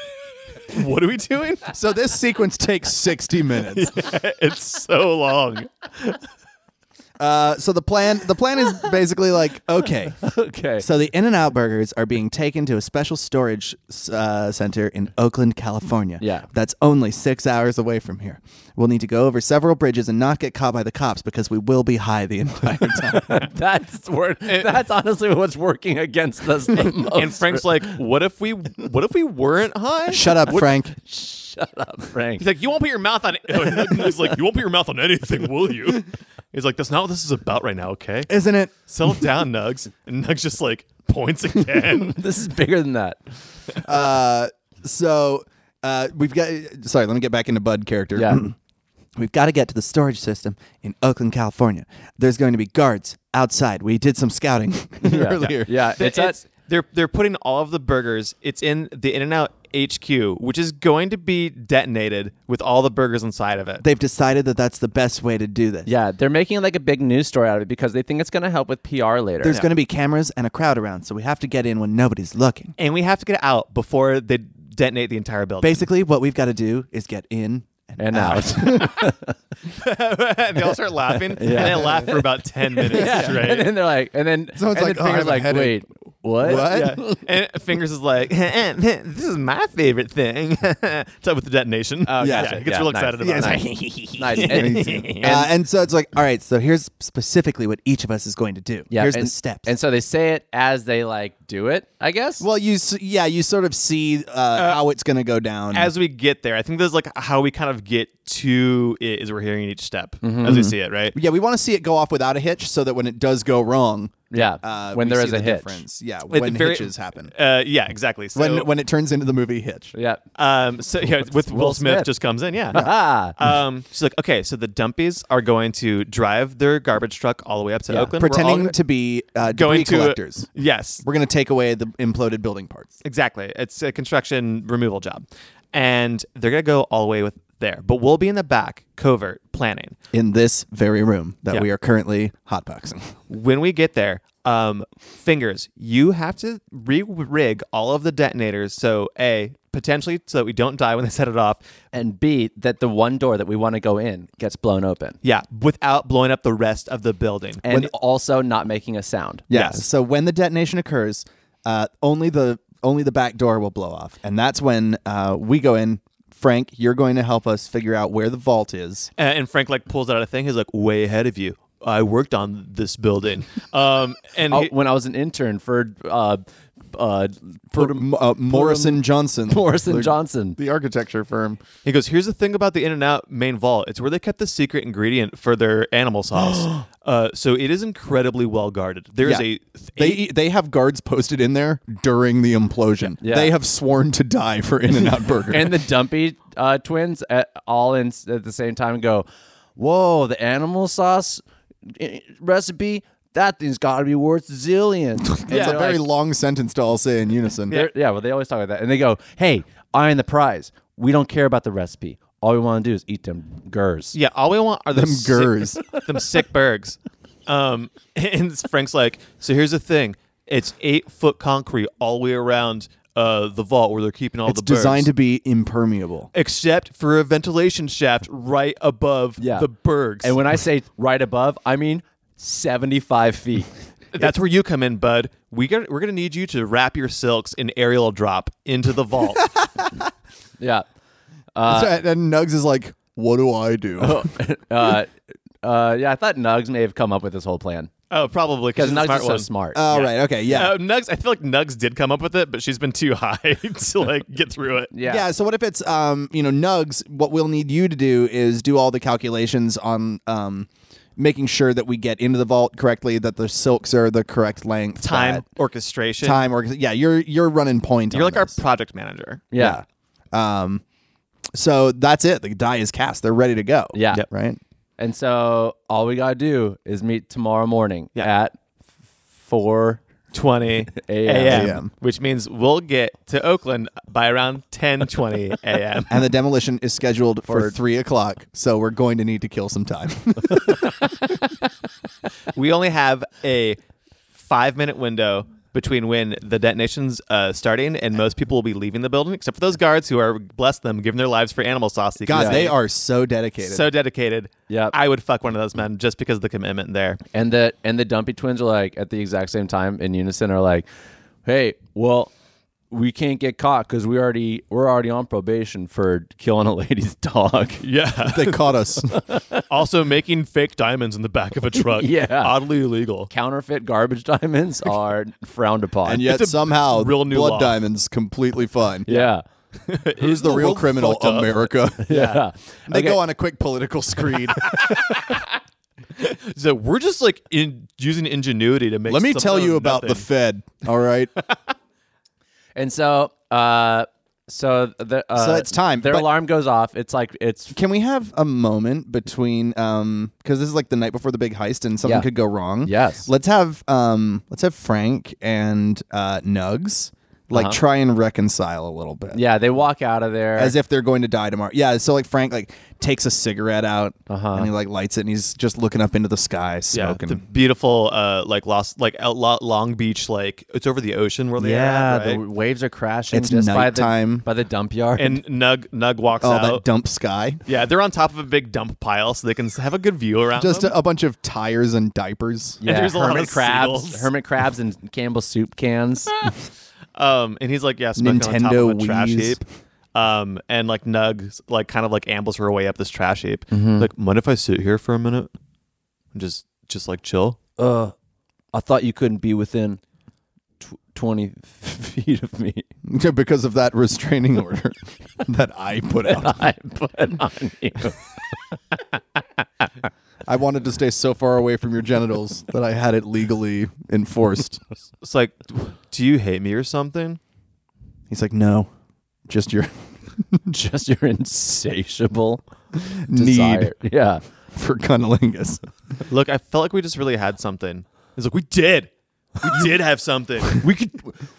*laughs* what are we doing? So this sequence takes 60 minutes. it's so long. Uh, so the plan, the plan is basically like, okay, *laughs* Okay. So the In-N-Out burgers are being taken to a special storage uh, center in Oakland, California. Yeah. that's only six hours away from here. We'll need to go over several bridges and not get caught by the cops because we will be high the *laughs* entire time. *laughs* that's wor- That's honestly what's working against us the *laughs* most. And Frank's like, what if we what if we weren't high? Shut up, What- Frank. shut up, Frank. He's like, you won't put your mouth on. *laughs* He's like, you won't put your mouth on anything, will you? He's like, that's not what this is about right now. Okay, Isn't it? settle down, Nugs. And Nugs just like *laughs* points again. this is bigger than that. Uh, so uh, we've got. Sorry, let me get back into Bud character. *clears throat* Yeah. We've got to get to the storage system in Oakland, California. There's going to be guards outside. We did some scouting *laughs* Yeah. earlier. Yeah, it's, at- they're they're putting all of the burgers. It's in the In and Out HQ, which is going to be detonated with all the burgers inside of it. They've decided that that's the best way to do this. yeah, they're making like a big news story out of it because they think it's going to help with PR later. There's going to be cameras and a crowd around, so we have to get in when nobody's looking. and we have to get out before they detonate the entire building. Basically, what we've got to do is get in and and, *laughs* out. *laughs* out. *laughs* they all start *laughs* laughing, and they laugh for about ten minutes straight. and then they're like, and then Someone's and like, then "Oh, I Finger's have a like, headache." wait, what? What? Yeah. And Fingers is like, "Eh, this is my favorite thing. *laughs* so with the detonation. Oh, Yeah. He gets Yeah, real nice. excited about Yeah, *laughs* it. *laughs* Nice. And- Uh, and so it's like, all right, so here's specifically what each of us is going to do. yeah, here's the and- steps. And so they say it as they like do it, I guess. well, you s- yeah, you sort of see uh, how it's going to go down. As we get there, I think this is like how we kind of get to it is we're hearing each step Mm-hmm. as we see it, right? yeah, we want to see it go off without a hitch, so that when it does go wrong, yeah, uh, when we there see is the a hitch. difference. Yeah, At when the very- hitches happen. Uh, yeah, exactly. So, when when it turns into the movie Hitch. Yeah. um, so yeah, with Will, Will Smith, Smith. just comes in, yeah. *laughs* Ah. Um, she's like, okay, so the dumpies are going to drive their garbage truck all the way up to Yeah. Oakland, We're all Pretending gonna- to be uh, going debris to collectors. yes, We're going to take away the imploded building parts. Exactly. It's a construction removal job. And they're going to go all the way with there. But we'll be in the back, covert, planning. in this very room that Yeah. we are currently *laughs* hotboxing. When we get there, um, fingers, you have to re rig all of the detonators. So, A, potentially so that we don't die when they set it off. and B that the one door that we want to go in gets blown open, Yeah, without blowing up the rest of the building. and also not making a sound. Yeah. Yes. So when the detonation occurs, uh, only the only the back door will blow off, and that's when uh, we go in. Frank, you're going to help us figure out where the vault is. A- and Frank like pulls out a thing. He's like, way ahead of you. I worked on this *laughs* building. Um, and Oh, he- when I was an intern for uh, uh, For, uh, Morrison Johnson. *laughs* Morrison the, *laughs* Johnson. the architecture firm. He goes, Here's the thing about the In N Out main vault. It's where they kept the secret ingredient for their animal sauce. *gasps* uh, so it is incredibly well guarded. There is Yeah. a. They e, they have guards posted in there during the implosion. *laughs* Yeah. They have sworn to die for *laughs* In-N-Out Burger. and the dumpy uh, twins at, all in s- at the same time and go, "Whoa, the animal sauce eh, recipe! That thing's got to be worth zillions." And it's a they're very like- long sentence to all say in unison. they're- yeah. Well, they always talk about that, and they go, "Hey, eye on the prize. We don't care about the recipe. All we want to do is eat them gers." yeah, all we want are Them them gers. Sick, *laughs* them sick bergs. Um, *laughs* and Frank's like, So here's the thing it's eight foot concrete all the way around uh, the vault where they're keeping all It's the birds. designed to be impermeable. Except for a ventilation shaft right above Yeah. the bergs. And when I say right above, I mean seventy-five feet. That's where you come in, bud. We got, we're going to need you to wrap your silks in aerial drop into the *laughs* vault. Yeah. So- and Nugs is like, "What do I do?" *laughs* uh, uh, yeah, I thought Nugs may have come up with this whole plan. Oh, probably because she's the Nugs smart is so one. smart. All right. Okay. Yeah. Uh, Nugs, I feel like Nugs did come up with it, but she's been too high *laughs* *laughs* to like get through it. yeah. So what if it's um you know Nugs? What we'll need you to do is do all the calculations on um making sure that we get into the vault correctly, that the silks are the correct length, Time that orchestration. time, or yeah, you're you're running point. You're on like our this. project manager. yeah. Um, so that's it. The die is cast. They're ready to go. Yeah. Yep. Right. And so all we gotta do is meet tomorrow morning Yeah. at four. *laughs* 20 A.M., a.m. Which means we'll get to Oakland by around 10:20 a.m. *laughs* And the demolition is scheduled for three o'clock. So we're going to need to kill some *laughs* time. we only have a five minute window between when the detonation's uh, starting and most people will be leaving the building, except for those guards who are bless them, giving their lives for animal sauce. God, they are so dedicated. so dedicated. Yep. I would fuck one of those men just because of the commitment there. And the and the dumpy twins are like at the exact same time in unison are like, Hey, well, we can't get caught because we already we're already on probation for killing a lady's *laughs* dog. Yeah. *laughs* *laughs* they caught us. also making fake diamonds in the back of *laughs* a truck. Yeah. Oddly illegal. Counterfeit garbage diamonds are frowned upon. And yet It's a somehow real new blood law. diamonds completely fine. *laughs* yeah. Who's the real world criminal? fucked up. *laughs* America. Yeah. they Okay. go on a quick *laughs* political screed. So we're just like in, using ingenuity to make. Let me something tell out you of about the nothing. Fed. *laughs* All right. And so, uh, so the uh, So it's time, Their but- alarm goes off. It's like it's Can we have a moment between um because this is like the night before the big heist and something Yeah. could go wrong. Yes. Let's have um let's have Frank and uh Nugs like try and reconcile a little bit. Uh-huh. yeah. They walk out of there. As if they're going to die tomorrow. Yeah, so like Frank like takes a cigarette out Uh-huh. and he like lights it and he's just looking up into the sky Yeah, smoking. the beautiful, uh, like lost, like out Lo- Long Beach, like it's over the ocean where they yeah, are, at, the right? w- waves are crashing. It's just by the nighttime. by the dump yard. and Nug Nug walks All out. Oh, that dump sky. yeah, they're on top of a big dump pile, so they can s- have a good view around. Just Um, them. a, a bunch of tires and diapers. *laughs* yeah, there's a lot hermit of crabs, seagulls. hermit crabs, and Campbell soup cans. um, and he's like, yeah, smoking on top uh, Nintendo of a trash Wiis. heap. Um, and like Nug, like kind of like ambles her way up this trash heap. Mm-hmm. Like, mind if I sit here for a minute and just just like chill? uh, *laughs* I thought you couldn't be within tw- twenty feet of me. because of that restraining order *laughs* that I put out. I put on you. I wanted to stay so far away from your genitals that I had it legally enforced. It's like, do you hate me or something? He's like, no, just your *laughs* *laughs* just your insatiable need desire. Yeah. for cunnilingus. Look, I felt like we just really had something. It's like we did. We *laughs* did have something. We could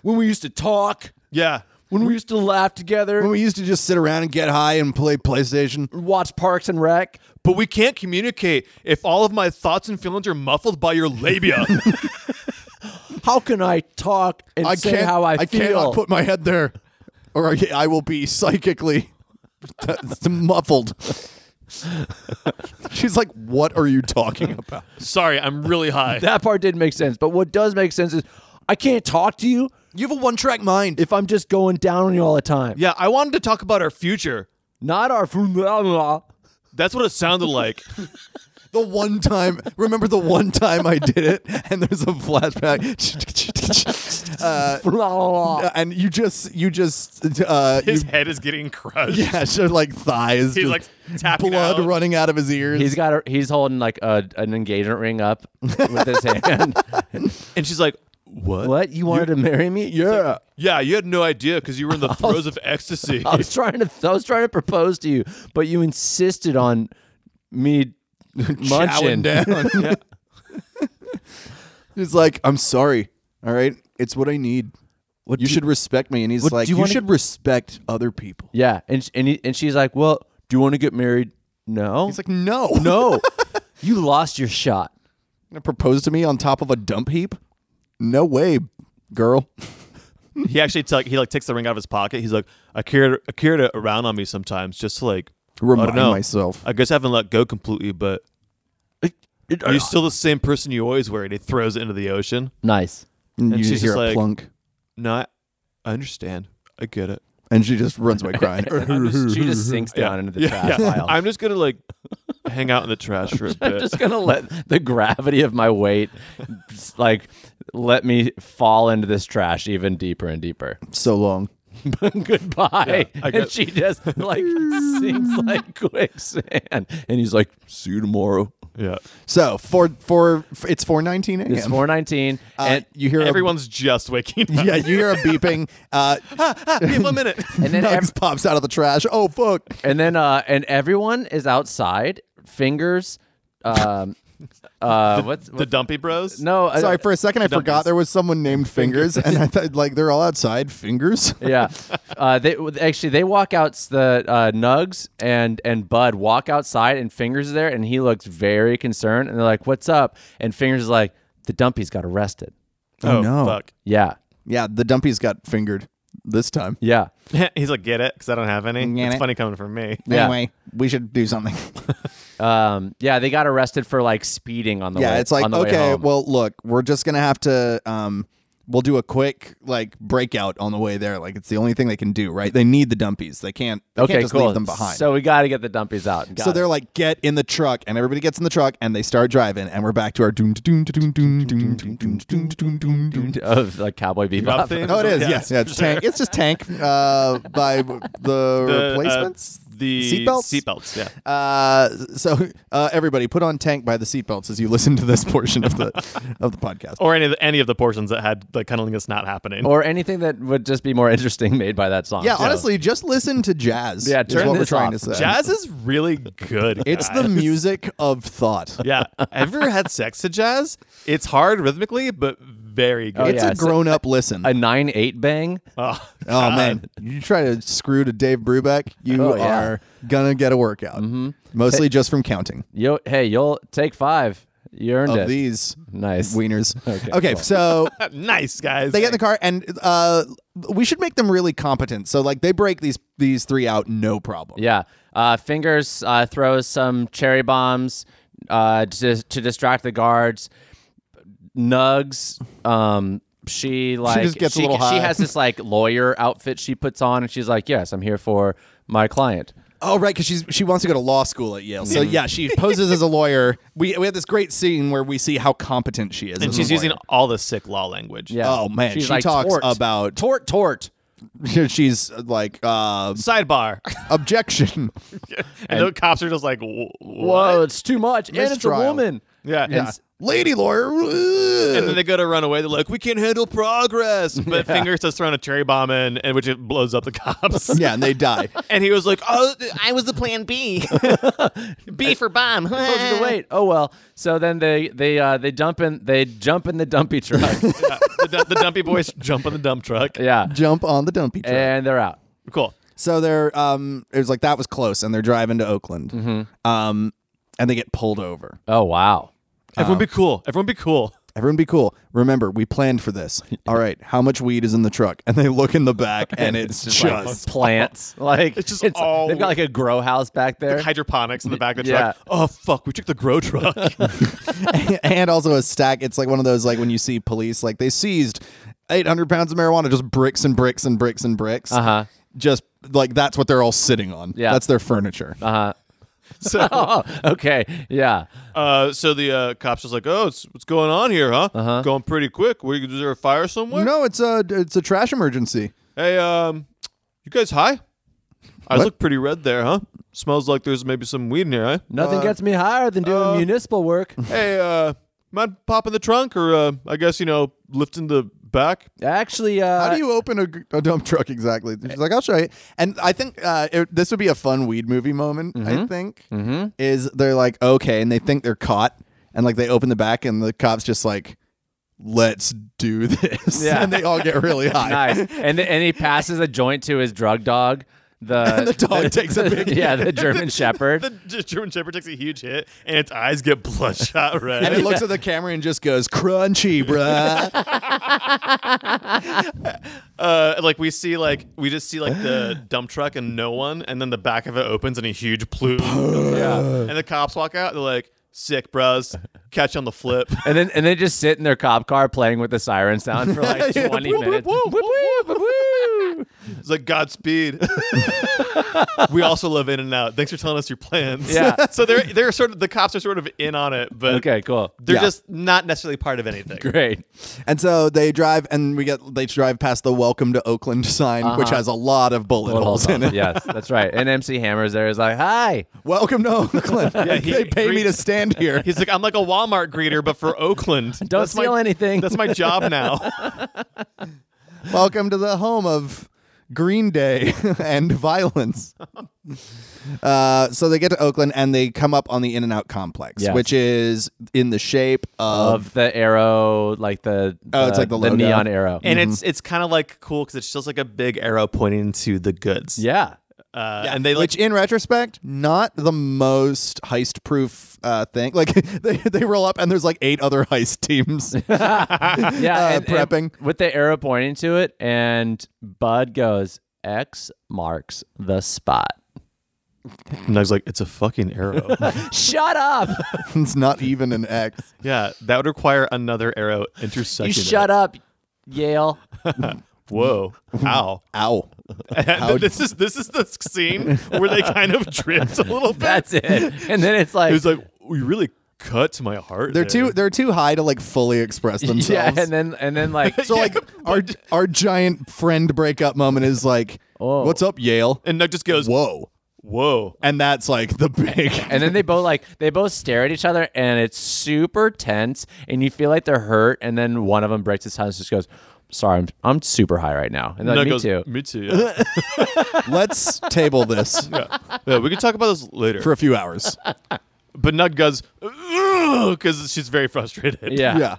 when we used to talk, Yeah. when we used to laugh together, When *laughs* we used to just sit around and get high and play PlayStation, watch Parks and Rec. But we can't communicate if all of my thoughts and feelings are muffled by *laughs* your labia. How can I talk and I say can't. how I, feel? cannot put my head there, or I, I will be psychically t- t- muffled. She's like, "What are you *laughs* talking about?" Sorry, I'm really high. that part didn't make sense, but what does make sense is I can't talk to you You have a one-track mind. if I'm just going down on you all the time. yeah, I wanted to talk about our future. Not our That's what it sounded like. The one time, remember the one time I did it, and there's a *laughs* flashback, uh, and you just, you just, uh, His you, head is getting crushed. yeah, sure, like thighs, just He's like tapping blood out. running out of his ears. He's got a, he's holding like a, an engagement ring up with his hand. And she's like, *laughs* what? what? You wanted to marry me? Yeah. Yeah, you had no idea because you were in the throes of ecstasy. I was trying to I was trying to propose to you, but you insisted on *laughs* me munching. Chowing down. he's like, "I'm sorry, all right, it's what I need. What you do- should respect me." And he's what like, do you "You, wanna- should respect other people." *laughs* Yeah, and sh- and he, and she's like, "Well, do you want to get married?" No. He's like, "No, "No. you lost your shot." Gonna propose to me on top of a dump heap? No way, girl." he actually t- he like takes the ring out of his pocket. He's like, I carried I carried it around on me sometimes just to like I Remind don't know. myself. I guess I haven't let go completely, but you're still the same person you always were. And he throws it into the ocean. nice. And And you she's just hear just a like- plunk. No, I, I understand. I get it. and she just runs away crying. *laughs* I'm just- she just sinks down into the trash pile. *laughs* I'm just gonna like hang out in the trash for a I'm bit. just gonna let the gravity of my weight, just, like, let me fall into this trash even deeper and deeper. *laughs* so long. Goodbye. Yeah, I and get- she just like sinks like quicksand. And he's like, "See you tomorrow." yeah, So four four it's four nineteen a.m. It's 419, Uh, and you hear everyone's *laughs* just waking A, *laughs* up. yeah, you hear a beeping. Uh, Give a minute. and *laughs* then Nugs ev- pops out of the trash. Oh fuck! and then uh and everyone is outside. Fingers, um, uh, what's, *laughs* the Dumpy Bros. no? uh, Sorry, for a second I forgot there was someone named Fingers, and I thought like they're all outside. Fingers. yeah. Uh, they actually they walk out the uh, Nugs and and Bud walk outside and Fingers is there and he looks very concerned and they're like, "What's up?" And Fingers is like, "The Dumpies got arrested." Oh, Oh, no. fuck. *laughs* Yeah, Yeah, the dumpies got fingered this time. yeah. He's like, get it, because I don't have any. Get it's it. funny coming from me. *laughs* Yeah. Anyway, we should do something. *laughs* Um, yeah, they got arrested for like speeding on the yeah, way. it's like on the way okay, home. well, look, we're just gonna have to. Um, we'll do a quick like breakout on the way there. Like it's the only thing they can do, right? They need the dumpies. They can't. They okay, can't just cool. leave them behind. So we got to get the dumpies out. Got so it. they're like, get in the truck, and everybody gets in the truck, and they start driving, and we're back to our doom doom doom doom doom doom doom doom doom doom doom. of like Cowboy Bebop. Bebop theme? Oh, it is. Yeah, Yes, yeah, it's tank. It's just tank uh, by the, The, uh, replacements. the Seatbelts? Seatbelts. Yeah. Uh, so *laughs* uh, everybody, put on tank by the seatbelts as you listen to this *laughs* portion of the of the Oh, podcast. Or any of the, any of the portions that had the cunnilingus not *laughs* happening. or anything that would just be more interesting made by that song. yeah, So- honestly, just listen to jazz. Yeah, is turn what this we're trying off. to say. jazz is really *laughs* good. It's guys. the music *laughs* of thought. yeah. Ever had sex to jazz? It's hard rhythmically, but very good. It's yeah, a so- grown up listen. a nine eight bang. Oh, *laughs* Oh man, you try to screw to Dave Brubeck, you Oh, yeah. Mm-hmm. are gonna get a workout. Mostly just from counting Yo, hey, you'll take five. You earned of it. these nice. wieners. *laughs* Okay, Okay, cool. *laughs* so nice guys. they get in the car, and uh, we should make them really competent. So like they break these these three out, no problem. yeah. Uh, fingers uh, throws some cherry bombs uh, to, to distract the guards. Nugs. Um, she like just gets a little she high. has this like lawyer outfit she puts on, and she's like, "Yes, I'm here for my client." Oh right, because she's she wants to go to law school at Yale. So yeah, she poses as a lawyer. We we have this great scene where we see how competent she is. and as a she's using lawyer. all the sick law language. Yeah. Oh man, She's she like, talks "Tort." about *laughs* Tort, tort. she's like *laughs* uh, Sidebar. objection. *laughs* and the cops are just like, "Wh- what? Whoa, it's too much. And it's a Mistrial. woman. Yeah. And, Yeah. yeah. Lady lawyer. *laughs* and then they go to run away. They're like, we can't handle progress. But Fingers has thrown a cherry bomb in, and which it blows up the cops. yeah, and they die. And he was like, oh, I was the plan B. B for bomb. *laughs* told Eh. you to wait. Oh well. So then they they uh, they dump in they jump in the dumpy *laughs* truck. Yeah, the, du- the dumpy boys jump on the dump truck. yeah, Jump on the dumpy truck. and they're out. Cool. so they're um, it was like that was close, and they're driving to Oakland. Um, and they get pulled over. Oh wow. Everyone be cool. Everyone be cool. Everyone be cool. Remember, we planned for this. All right, how much weed is in the truck? And they look in the back, and it's, just, like plants. *laughs* Like It's just all- they've got like a grow house back there. Hydroponics in the back of the Yeah. truck. Oh, fuck. We took the grow truck. *laughs* *laughs* and also a stack. It's like one of those like when you see police like they seized 800 pounds of marijuana, just bricks and bricks and bricks and bricks. Uh huh. Just like that's what they're all sitting on. Yeah. that's their furniture. Uh huh. so Oh, okay. Yeah. Uh, so the uh, cops just like, oh, it's, what's going on here, huh? Uh-huh. Going pretty quick. Were you, is there a fire somewhere? no, it's a it's a trash emergency. Hey, um, you guys high? Eyes What? look pretty red there, huh? Smells like there's maybe some weed in here, huh? Nothing gets me higher than doing municipal work. Hey, uh, mind popping the trunk or, uh, I guess, you know, lifting the back? Actually, uh, How do you open a, a dump truck exactly? She's like, I'll show you. And I think uh, it, this would be a fun weed movie moment. Mm-hmm. I think is they're like, okay, and they think they're caught, and like they open the back, and the cops just like, let's do this, Yeah. and they all get *laughs* really *laughs* high. nice. And and he passes a joint to his drug dog. The, The dog takes a *laughs* big. yeah, the German Shepherd. *laughs* The G- German Shepherd takes a huge hit and its eyes get *laughs* bloodshot red. And it looks at the camera and just goes crunchy, bruh. uh, like we see, like we just see like the dump truck and no one, and then the back of it opens and a huge *laughs* plume. comes out. And the cops walk out. They're like, "Sick, bros, catch on the flip." And then and they just sit in their cop car playing with the siren sound for like 20 minutes. It's *laughs* like Godspeed. we also love In and Out. Thanks for telling us your plans. Yeah. *laughs* so they're they're sort of the cops are sort of in on it, but Okay, cool. they're Yeah. just not necessarily part of anything. Great. And so they drive, and we get they drive past the "Welcome to Oakland" sign, Uh-huh. which has a lot of bullet holes in it. yes, that's right. And MC Hammer's there is like, hi. Welcome to *laughs* Oakland. he *laughs* they pay me to greets- stand *laughs* here. He's like, I'm like a Walmart greeter, but for Oakland. *laughs* Don't That's my- steal anything. Mm-hmm. That's my *laughs* job now. Welcome to the home of Green Day *laughs* and violence. Uh, so they get to Oakland and they come up on the In and Out complex, Yes. which is in the shape of, of the arrow, like the Oh, it's like the logo. neon arrow. Mm. and it's it's kind of like cool because it's just like a big arrow pointing to the goods. yeah, Uh, And they like which in retrospect, not the most heist proof uh, thing. *laughs* Like they, they roll up and there's like eight other heist *laughs* teams. *laughs* yeah, Uh, and- and prepping. with the arrow pointing to it, and Bud goes, "X marks the spot." and I was like, it's a *laughs* fucking arrow. Shut *laughs* up! it's not even an X. yeah, that would require another arrow intersection. you shut up, *laughs* Yale. Whoa! How? *laughs* Ow. this is this is the scene where they kind of drift a little bit. That's it. And then it's like, It was like we really cut to my heart. They're there. too they're too high to like fully express *laughs* themselves. yeah, and then and then *laughs* like, so like our our giant friend breakup moment is like, Oh. what's up, Yale? And Nug just goes, "Whoa!" Whoa. And that's like the big *laughs* and then they both like they both stare at each other, and it's super tense, and you feel like they're hurt, and then one of them breaks his silence, just goes. Sorry, I'm, I'm super high right now. And they're Nug like, me goes, too. *laughs* "Me too." Yeah. let's table this yeah. Yeah, we can talk about this later. for a few hours. but Nug goes because she's very frustrated. Yeah.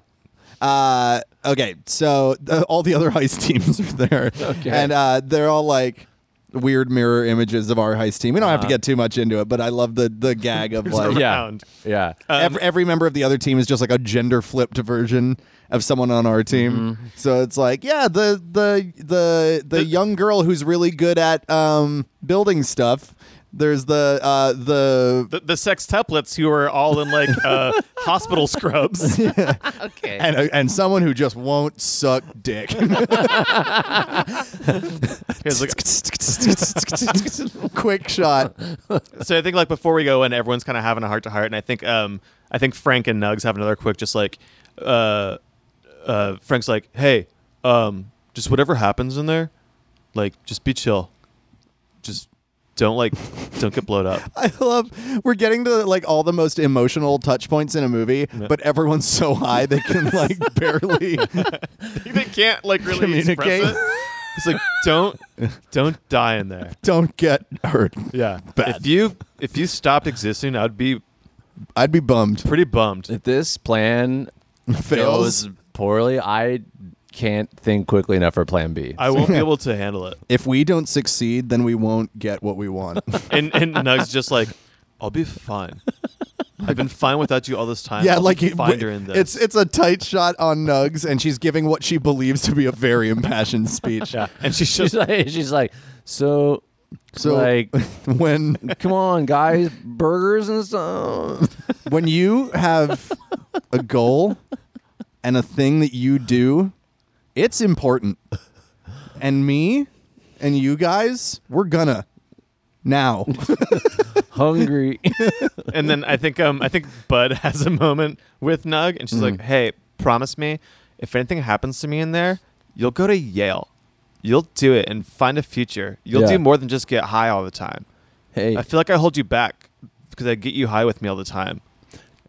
Yeah. Uh, okay, so uh, all the other heist teams are there, and uh, they're all like weird mirror images of our heist team. We don't have to get too much into it, but I love the the gag of like *laughs* Yeah. Yeah. Around. Yeah. Um, every, every member of the other team is just like a gender flipped version of someone on our team. Mm-hmm. So it's like, yeah, the the the the young girl who's really good at um, building stuff. There's the uh, the The, the sextuplets who are all in like uh, hospital scrubs. Okay. and and someone who just won't suck dick. *laughs* It's like- Quick shot. so I think like before we go in, everyone's kind of having a heart to heart, and I think um I think Frank and Nugs have another quick just like uh uh Frank's like, hey, um just whatever happens in there, like just be chill, just don't like don't get blowed *laughs* up. I love we're getting to like all the most emotional touch points in a movie, but everyone's so high they can *laughs* like barely they can't like really Communicate. Express it. It's like don't don't die in there. don't get hurt. Yeah, Bad. if you if you stopped existing, I'd be I'd be bummed. pretty bummed. If this plan Fails goes poorly, I can't think quickly enough for plan B. I won't be able to handle it. if we don't succeed, then we won't get what we want. *laughs* And and Nug's just like, I'll be fine. I've been fine without you all this time. yeah, I'll like just it- find her in this. it's it's a tight shot on Nugs, and she's giving what she believes to be a very impassioned *laughs* speech. and *laughs* she's she's just like, she's like, so, So *laughs* like, when come on, guys, burgers and stuff. when you have a goal and a thing that you do, it's important. And me and you guys, we're gonna *laughs* now. *laughs* Hungry. and then I think um I think Bud *laughs* has a moment with Nug and she's like, Hey, promise me, if anything happens to me in there, you'll go to Yale. You'll do it and find a future. You'll Yeah. do more than just get high all the time. hey, I feel like I hold you back because I get you high with me all the time.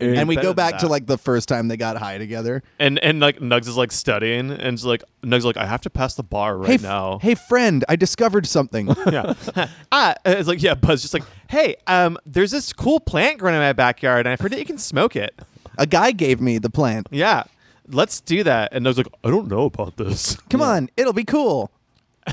and we better go than back to that. like the first time they got high together. And and like Nugs is like studying and it's like Nugs is like I have to pass the bar right hey, f- now. hey friend, I discovered *laughs* something. yeah. ah, and it's like yeah, Buzz just like, "Hey, um there's this cool plant growing in my backyard and I've heard that you can smoke it." a guy gave me the plant. Yeah. Let's do that. And Nug's like, "I don't know about this." *laughs* Come on, it'll be cool.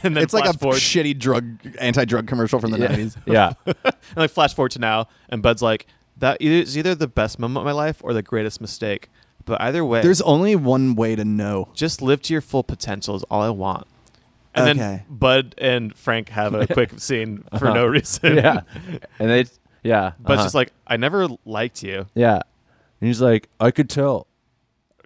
and then It's like flash a forward, shitty drug anti-drug commercial from the Yeah. 90s. *laughs* yeah. *laughs* and like flash forward to now, and Bud's like, that either- is either the best moment of my life or the greatest mistake. But either way, There's only one way to know. just live to your full potential is all I want. And Okay. then Bud and Frank have *laughs* a quick scene for no reason. Uh-huh. Yeah. And they, yeah. Bud's uh-huh. just like, I never liked you. *laughs* yeah. And he's like, I could tell.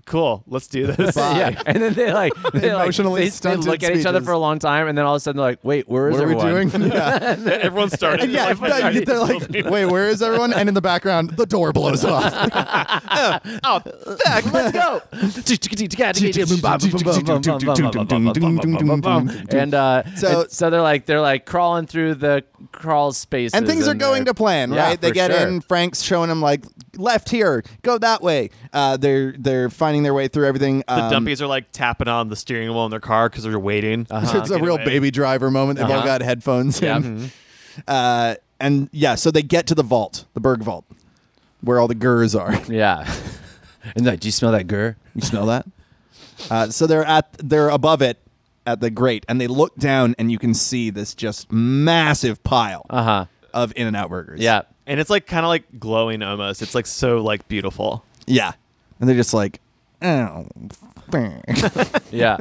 cool, let's do this. *laughs* yeah, and then they *laughs* like they like- Emotionally they- they, stunted look at each other speeches. for a long time, and then all of a sudden they're like, "Wait, where is What are we everyone?" doing? *laughs* *laughs* Yeah. *laughs* Everyone started. And yeah, Like, no, you- they're like, wait, where is everyone? And in the background, the *laughs* door blows off. oh, fuck. Let's go. and uh, So- so, so they're like they're like crawling through the crawl spaces, And things are going they're- to plan, Yeah, right? They for get sure. in. Frank's showing them like left here, go that way. Uh, they're they're finding their way through everything. The Um, dumpies are like tapping on the steering wheel in their car because they're waiting. *laughs* it's a real baby driver moment. They've all Uh-huh. got headphones Yeah. Mm-hmm. in. Uh, and yeah, so they get to the vault, the Berg vault, where all the gurs are. Yeah, *laughs* and they're like, do you smell that gur? You smell that? Uh, so they're at they're above it at the grate, and they look down, and you can see this just massive pile Uh Uh-huh. huh. of In and Out burgers. Yeah. *laughs* And it's like kind of like glowing almost. It's like so like beautiful. yeah, and they're just like, oh, *laughs* yeah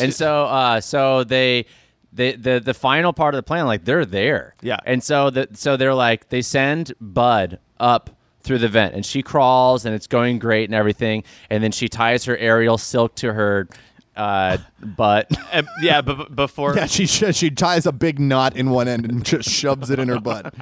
and so uh so they the, the the final part of the plan like they're there Yeah. and so the so they're like they send bud up through the vent and she crawls and it's going great and everything and then she ties her aerial silk to her uh butt And yeah, but but before yeah. She sh- she ties a big knot in one end and just shoves it in her butt.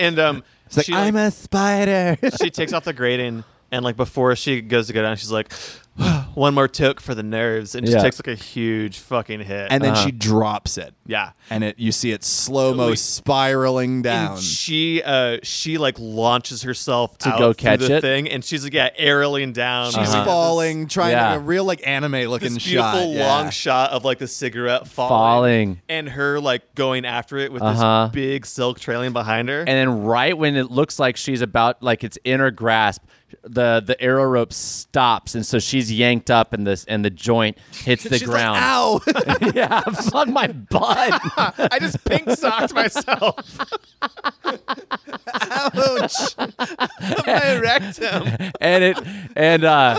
and um, It's like she, I'm a spider. she takes off the grating and like before she goes to go down, she's like, *sighs* one more toke for the nerves, and just Yeah. takes like a huge fucking hit. and then she drops it. Uh-huh. yeah, And it you see it slow mo Like- spiraling down. And she uh she like launches herself To out go through catch the it? thing, and she's like yeah, aerialing down. Uh-huh. She's falling, trying Yeah. to a real like anime looking This shot. beautiful yeah. long shot of like the cigarette falling, Falling. and her like going after it with Uh-huh. this big silk trailing behind her. and then right when it looks like she's about like it's in her grasp the the arrow rope stops and so she's yanked up and this and the joint hits *laughs* the She's ground Like, Ow! *laughs* yeah *laughs* on my butt *laughs* *laughs* I just pink socked myself. *laughs* Ouch! I wrecked him. and it and uh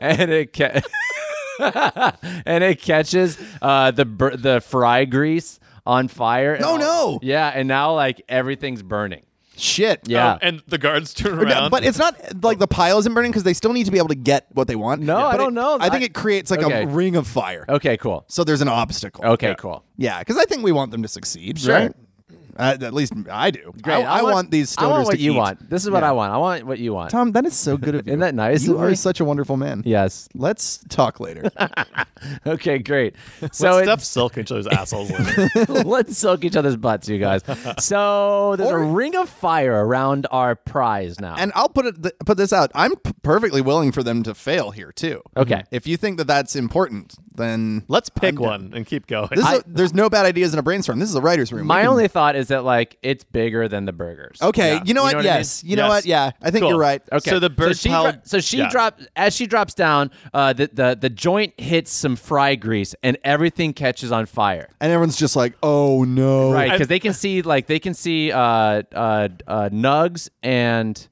and it ca- and it catches uh the bur- the fry grease on fire. and No, all- no. Yeah, and now like everything's burning. Shit. Yeah. Oh, and the guards turn No, around. but it's not like the pile isn't burning because they still need to be able to get what they want. No, I But don't it- know. I think I- it creates like Okay. a ring of fire. Okay, cool. So there's an obstacle. Okay, Yeah. cool. Yeah, because I think we want them to succeed, Sure. right? Uh, at least I do. Great. I, I want, these stoners I want what to you eat. want. This is what Yeah. I want. I want what you want. Tom, that is *laughs* so good of you. Isn't that nice You of are me? such a wonderful man. Yes. *laughs* Let's talk later. Okay, great. so So it- stuff silk each other's assholes. with. *laughs* *laughs* let's soak each other's butts, you guys. So there's Or- a ring of fire around our prize now. and I'll put it th- put this out. I'm p- perfectly willing for them to fail here too. Okay. If you think that that's important, then Let's pick one and keep going. This is a- there's no bad ideas in a brainstorm. This is a writer's room. We My can- only thought is that like it's bigger than the burgers. Okay, Yeah. you know You what? know what I mean? yes, you know Yes. what? Yeah, I think Cool. you're right. Okay. So the bird she pile- so she yeah. drops as she drops down. Uh, the, the the joint hits some fry grease and everything catches on fire. And everyone's just like, oh no. Right, because they can see like they can see uh, uh, uh, Nugs and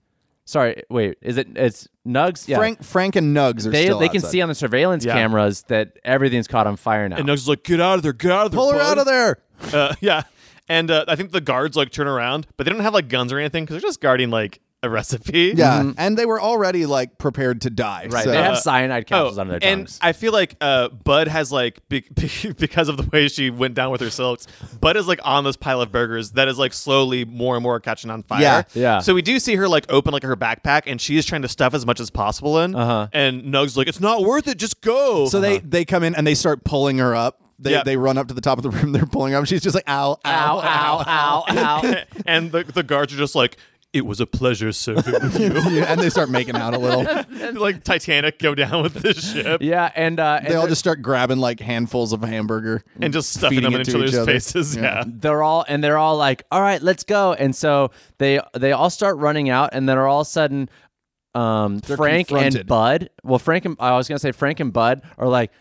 sorry, wait, is it it's Nugs? Yeah. Frank, Frank, and Nugs are They still they can outside. see on the surveillance Yeah. cameras that everything's caught on fire now. and Nug's like, get out of there, get out of there, Pull her out of there. there. Uh, yeah, and uh, I think the guards like turn around, but they don't have like guns or anything because they're just guarding like a recipe. Yeah, and they were already like prepared to die. Mm-hmm. right, so- they Uh, have cyanide capsules on their and tongues. I feel like uh, Bud has like be- *laughs* be- because of the way she went down with her silks. Bud is like on this pile of burgers that is like slowly more and more catching on fire. Yeah. Yeah. So we do see her like open like her backpack, and she is trying to stuff as much as possible in. Uh-huh. And Nug's like, "It's not worth it. Just go." *laughs* So Uh-huh. they they come in and they start pulling her up. They Yeah. they run up to the top of the room. *laughs* They're pulling her up. She's just like, ow, ow, ow, *laughs* ow, ow, *laughs* ow. and the the guards are just like, "It was a pleasure serving with you." Yeah, and they start making out *laughs* a little. like Titanic go down with this ship. yeah, and uh, and They all they're- just start grabbing like handfuls *laughs* of hamburger And just stuffing feeding them in it each to other's each other. faces. Yeah. they're all and they're all like, "All right, let's go." And so they they all start running out, and then are all of a sudden, um, Frank confronted. and Bud. Well, Frank and I was gonna say Frank and Bud are like,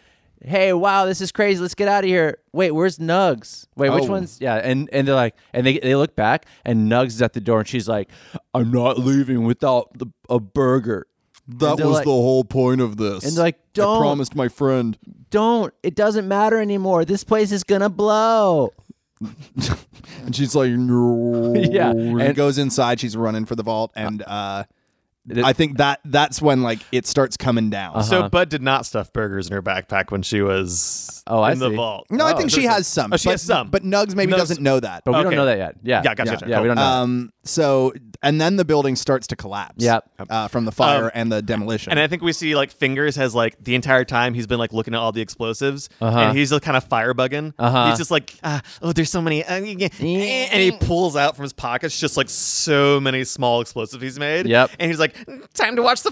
"Hey, wow, this is crazy. Let's get out of here." Wait, where's Nugs? Wait, which Oh. one's? Yeah, and and they're like, and they they look back, and Nugs is at the door, and she's like, "I'm not leaving without the, a burger." That And they're was like- the whole point of this. and they're like, I "Don't." promised my friend. Don't. It doesn't matter anymore. This place is gonna blow. And she's like, no. Yeah, And, and- goes inside. She's running for the vault. And uh, Th- I think that that's when like it starts coming down. So Bud did not stuff burgers in her backpack when she was Oh, I in the see. vault. No, I Oh, think she there's- has some. Oh, she but, has some. but Nugs maybe Nugs- doesn't know that. but we don't okay. know that yet. Yeah, Yeah, gotcha, gotcha. Yeah, we don't Cool. know. Um, so and then the building starts to collapse. Yep. Uh, from the fire Um, and the demolition. *laughs* And I think we see like fingers has like the entire time he's been like looking at all the explosives, Uh-huh. and he's just kind of fire bugging. Uh-huh. He's just like, ah, oh, there's so many, uh, yeah, eh," and he pulls out from his pockets just like so many small explosives he's made. Yep. And he's like, time to watch the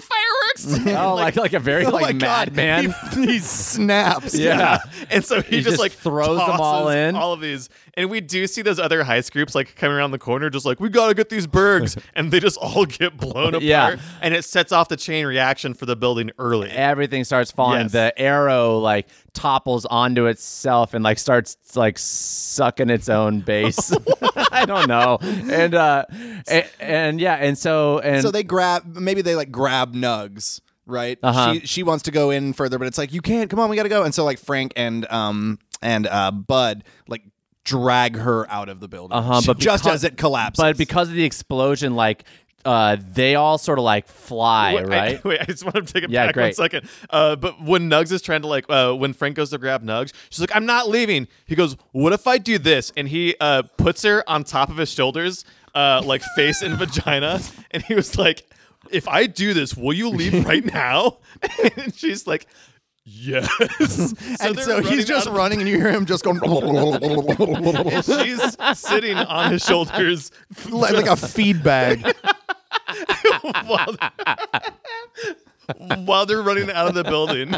*laughs* fireworks. *laughs* oh, like, like a very Oh my like God. madman. *laughs* He, he snaps. *laughs* Yeah. And so He he, just, just like throws them all tosses in. all of these. And we do see those other heist groups like coming around the corner, just like we gotta get *laughs* these bergs, and they just all get blown apart. Yeah. And it sets off the chain reaction for the building early. Everything starts falling. Yes. The arrow like topples onto itself and like starts like sucking its own *laughs* base. *laughs* I don't know. And uh and, and yeah, and so and So they grab. Maybe they like grab Nugs. Right. Uh-huh. She she wants to go in further, but it's like you can't. Come on, we gotta go. And so like Frank and um and uh Bud like drag her out of the building. Uh-huh, She- but just because- as it collapses. but *laughs* because of the explosion like uh they all sort of like fly, Wait, *laughs* I- right? *laughs* wait, I just want to take it Yeah, back one great. second. Uh, but when Nugs is trying to like, uh, when Frank goes to grab Nugs, she's like, "I'm not leaving." He goes, "What if I do this?" And he uh, puts her on top of his shoulders, uh, like face and vagina, and he was like, "If I do this, will you leave right now?" *laughs* and she's like. Yes, and they're so he's just out of- running, and you hear him just going *laughs* like, She's sitting on his shoulders, *laughs* like a feed bag. while they're, *laughs* while they're running out of the building.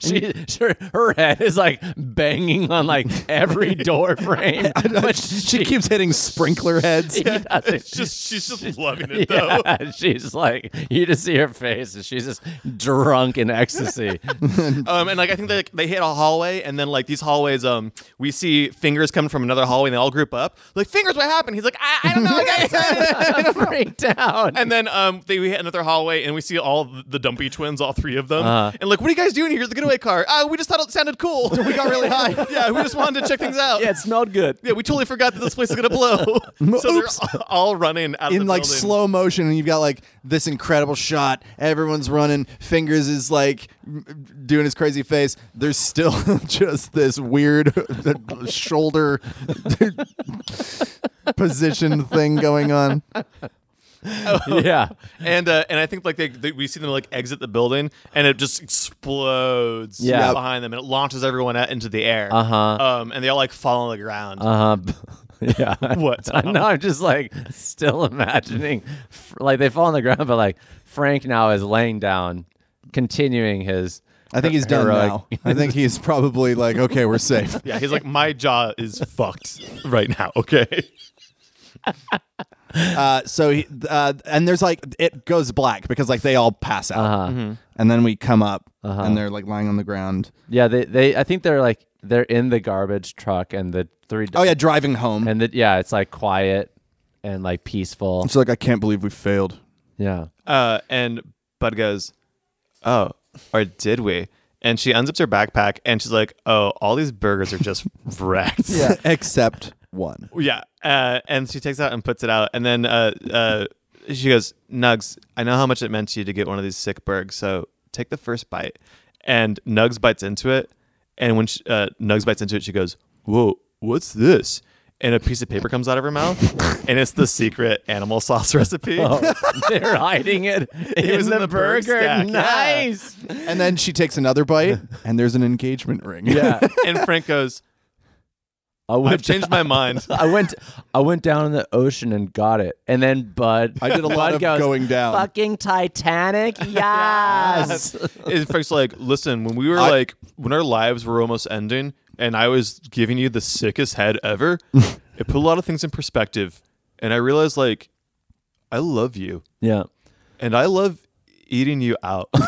She, *laughs* her, her head is like banging on like *laughs* every door frame. *laughs* but she keeps hitting sprinkler heads. she doesn't. It's *laughs* just she's just *laughs* loving it though. Yeah, *laughs* she's like you just see her face, and she's just drunk in ecstasy. *laughs* Um, and like I think they they hit a hallway, and then like these hallways, um, we see fingers coming from another hallway, and they all group up. Like fingers, what happened? He's like, I, I don't know. I got *laughs* excited." freaked out. and *laughs* then um, they we hit another hallway, and we see all the, the dumpy twins, all three of them, Uh-huh. and like, what are you guys doing here? at The getaway car? Uh, we just thought it sounded cool. *laughs* we got really high. yeah, we just wanted to check things out. yeah, it smelled good. Yeah, we totally forgot that this place is gonna *laughs* blow. so Oops. they're all- all running out of in the like building. slow motion and you've got like this incredible shot everyone's running fingers is like doing his crazy face there's still *laughs* just this weird *laughs* shoulder *laughs* position thing going on *laughs* Yeah, and uh, and I think like they, they we see them like exit the building and it just explodes Yeah. behind them and it launches everyone out into the air. Uh-huh. Um, and they all like fall on the ground. uh, b- *laughs* yeah. What, *laughs* I know. I'm just like still imagining, f- like they fall on the ground, but like Frank now is laying down, continuing his. i think he's done heroic- now i think he's probably like okay we're safe Yeah, he's like, my jaw is fucked right now. *laughs* Okay. uh, so he, uh, and there's like it goes black because like they all pass out Uh-huh. Mm-hmm. and then we come up and they're like lying on the ground Yeah, they they. I think they're like they're in the garbage truck, and the three. oh yeah driving home and and the, yeah, it's like quiet and like peaceful. it's like i can't believe we failed Yeah. Uh, and Bud goes, oh, or did we? And she unzips her backpack and she's like, oh, all these burgers are just *laughs* wrecked. yeah *laughs* except one Yeah. Uh, and she takes it out and puts it out. And then uh, uh, she goes, Nugs, I know how much it meant to you to get one of these sick burgs. So take the first bite. And Nugs bites into it. And when she, uh, Nugs bites into it, she goes, Whoa, what's this? And a piece of paper comes out of her mouth. and it's the secret animal sauce *laughs* recipe. Oh. They're hiding it. It was in the burg stack, yeah. Nice. And then she takes *laughs* another bite, and there's an engagement ring. *laughs* Yeah. and Frank goes, I went, I've changed my mind. I went. I went down in the ocean and got it. And then Bud. I did a lot Bud of goes, going down. Fucking Titanic. Yes. and Frank's like, listen, when we were I- like, when our lives were almost ending, and I was giving you the sickest head ever, it put a lot of things in perspective, and I realized like, I love you, yeah. and I love eating you out. *laughs*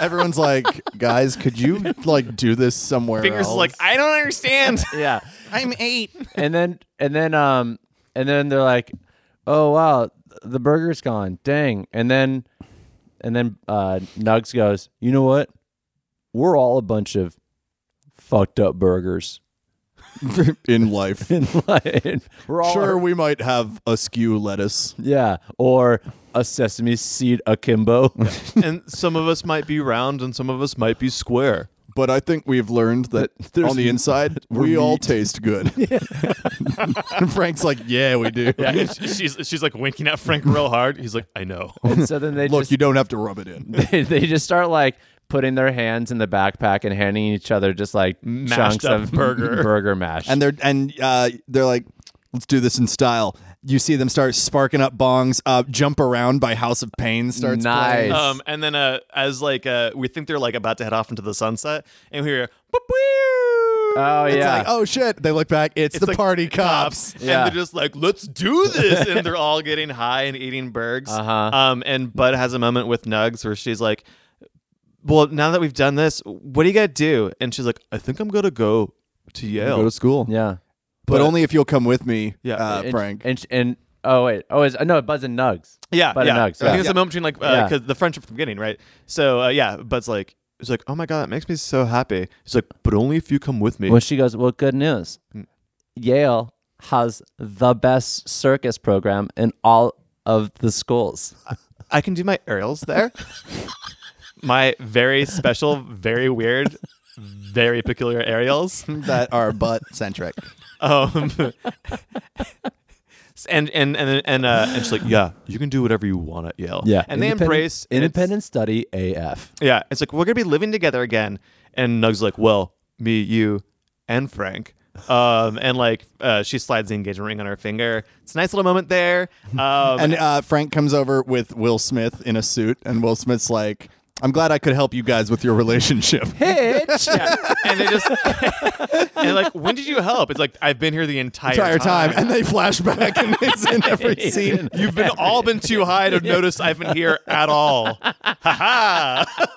Everyone's like, guys, could you like do this somewhere? Fingers is else? like, I don't *laughs* understand. Yeah. I'm eight. And then and then um and then they're like, oh wow, the burger's gone. Dang. And then and then uh, Nugs goes, you know what? We're all a bunch of fucked up burgers. *laughs* in life. in line. We're all- Sure, we might have askew lettuce. Yeah, or a sesame seed akimbo. and some of us might be round and some of us might be square. But I think we've learned that There's- on the inside, we all taste *laughs* good. And Frank's like, yeah, we do. Yeah, *laughs* she's she's like winking at Frank real hard. He's like, I know. *laughs* And so then they Look, just you don't have to rub it in. *laughs* they, they just start like putting their hands in the backpack and handing each other just like chunks up of burger. burger mash. and they're and uh, they're like, let's do this in style. You see them start sparking up bongs. Uh, Jump around by House of Pain starts Nice. playing. Um, and then uh, as like uh, we think they're like about to head off into the sunset, and we hear. "Boop-boop." oh It's yeah, like, oh shit! They look back. It's, It's the like party cops. Yeah. And they're just like, let's do this. And they're all getting high and eating burgers. Uh-huh. Um, and Bud has a moment with Nugs where she's like, well, now that we've done this, what do you got to do? And she's like, I think I'm going to go to Yale. school. yeah. but, only if you'll come with me, Yeah. uh, And- Frank. and and oh wait, oh is no Buzz and Nugs. yeah. Bud yeah. and Nugs, I yeah. think it's a moment between like, because Yeah. the friendship from the beginning, right? So, uh, yeah, Bud's like, he's like, oh my God, it makes me so happy. He's like, but only if you come with me. Well, she goes, well, good news. Yale has the best circus program in all of the schools. I can do my aerials there. my very special, very weird, very *laughs* peculiar aerials. that are butt centric. Um, *laughs* and and and and uh, and she's like, yeah, you can do whatever you want at Yale. and they Independent- embrace and it's- independent study AF. yeah, it's like we're gonna be living together again. And Nug's like, well, me, you, and Frank. Um, and like uh, she slides the engagement ring on her finger. It's a nice little moment there. Um, And uh, Frank comes over with Will Smith in a suit, and Will Smith's like, "I'm glad I could help you guys with your relationship." Hitch. yeah. and they just *laughs* and like, when did you help? It's like I've been here the entire, entire time, and they flash back, and it's *laughs* in every scene. You've been all been too high *laughs* to notice I've been here at all.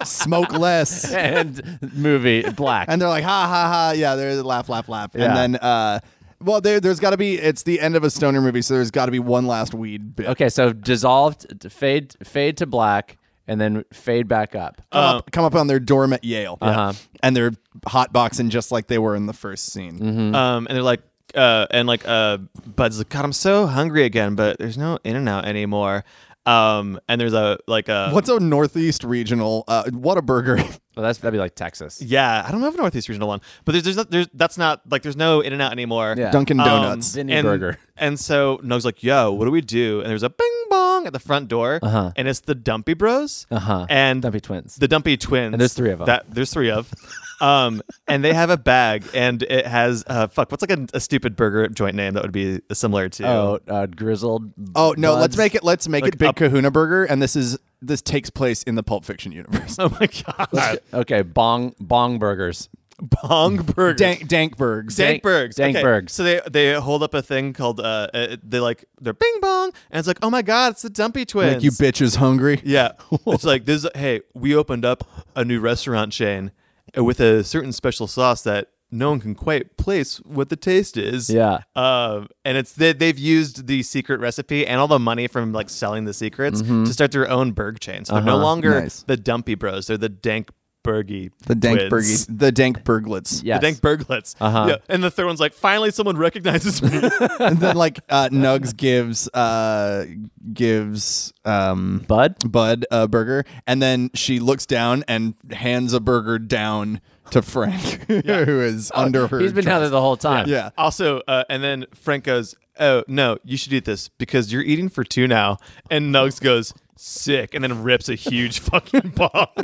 Smoke less. and movie black. and they're like ha ha ha yeah they're laugh laugh laugh Yeah. and then uh well there, there's got to be it's the end of a stoner movie so there's got to be one last weed bit okay, so dissolved, fade, fade to black, and then fade back up. come, up, come up on their dorm at yale Uh-huh. and they're hotboxing just like they were in the first scene Mm-hmm. Um, and they're like, uh, and like, uh, Bud's like, God, I'm so hungry again, but there's no In and Out anymore. Um, and there's a like a what's a northeast regional uh what a burger Well, that's that'd be like Texas. yeah, I don't know if Northeast Regional one, but there's there's, not, there's that's not like there's no In and Out anymore. Yeah. *laughs* dunkin Um, donuts Vinny and, Burger. And so Nug's like, yo, what do we do? And there's a bing bong at the front door, Uh-huh. and it's the Dumpy Bros, Uh-huh. and Dumpy Twins. the Dumpy Twins. And there's three of 'em. That there's three of, um, and they have a bag, and it has uh, fuck, what's like a, a stupid burger joint name that would be similar to? oh, uh, grizzled. oh no Buds. let's make it let's make Like it big up- kahuna burger and this is this takes place in the pulp fiction universe Oh my *laughs* god, Okay, bong bong burgers. Bong Burger. Dank, dankbergs Dank- Dankbergs. Dankbergs. So they they hold up a thing called uh, uh they like they're bing bong and it's like oh my god it's the Dumpy Twins. like you bitches hungry Yeah, it's like this. Hey, we opened up a new restaurant chain uh, with a certain special sauce that no one can quite place what the taste is. Yeah. Um, and it's they, they've used the secret recipe and all the money from like selling the secrets to start their own burg chain. So they're no longer Mm-hmm. Uh-huh. Nice. the Dumpy Bros. They're the Dank Burgy. the dank Twins. burgie the dank burglets Yes. The Dank Burglets. Uh-huh. Yeah. And the third one's like, finally someone recognizes *laughs* me. and then like *laughs* uh, Nugs gives uh, gives um, Bud. Bud a burger, and then she looks down and hands a burger down to Frank, *laughs* who is under her. He's been down trust. there the whole time. Yeah. Also, uh, and then Frank goes, "Oh no, you should eat this because you're eating for two now." And Nugs goes, "Sick," and then rips a huge *laughs* fucking ball. *laughs*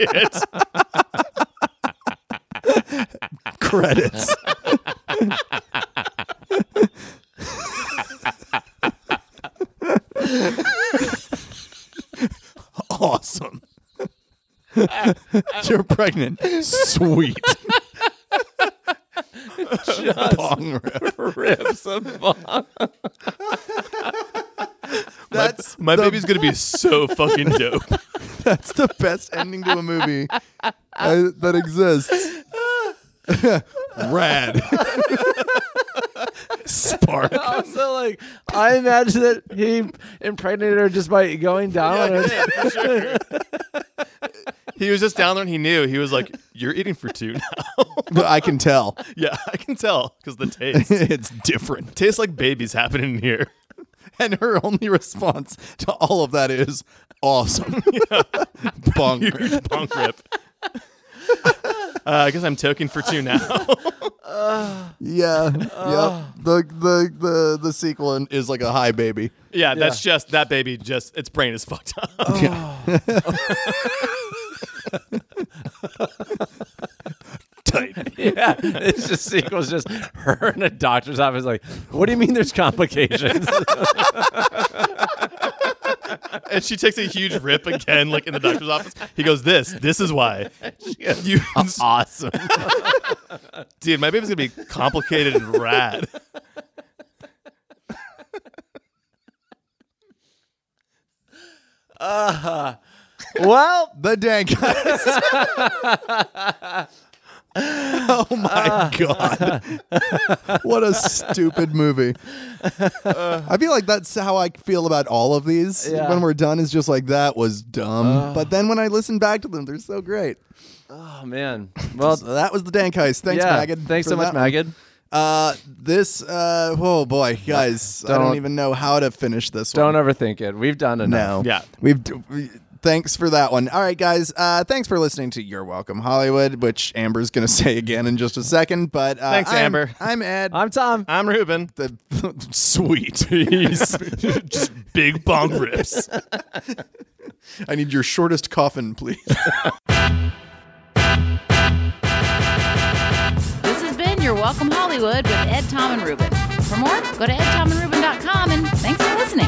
It's credits. awesome. You're pregnant. Sweet. Bong rip. Rips a bong. That's my the- baby's gonna be so fucking dope. *laughs* That's the best ending to a movie uh, that exists. *laughs* Rad. Spark. Also, like I imagine that he impregnated her just by going down. on her. He was just down there and he knew. He was like, "You're eating for two now." *laughs* But I can tell Yeah, I can tell because the *laughs* taste it's different. tastes like babies happening here. And her only response to all of that is awesome. *laughs* Bunk. Bonk rip. Uh, I guess I'm token for two now. *laughs* Yeah. yep. The, the the the sequel in- is like a high baby. Yeah, that's just that baby. Just its brain is fucked up. *laughs* yeah, *laughs* it's just sequel's just her in a doctor's office. Like, what do you mean? There's *laughs* complications? And she takes a huge rip again, like in the doctor's office. He goes, "This, this is why." *laughs* You, awesome. dude, my baby's gonna be complicated and rad. Well, the dank guys. oh my god. what a stupid movie. I feel like that's how I feel about all of these Yeah. when we're done is just like that was dumb. but then when I listen back to them, they're so great. Oh man. Well, So that was the dank heist. Thanks, yeah. Maggot. Thanks for so much, that one. Maggot. Uh, this uh oh boy, guys, I don't Don't- even know how to finish this one. Don't overthink it. We've done No. enough. Yeah. We've. d- We, thanks for that one. All right, guys. Uh, thanks for listening to You're Welcome Hollywood, which Amber's going to *laughs* say again in just a second. But uh, Thanks, I'm- Amber. *laughs* I'm Ed. I'm Tom. I'm Ruben. the *laughs* sweet. just big bonk rips. *laughs* I need your shortest coffin, please. This has been Your Welcome Hollywood with Ed, Tom, and Ruben. For more, go to edtomandruben.com and thanks for listening.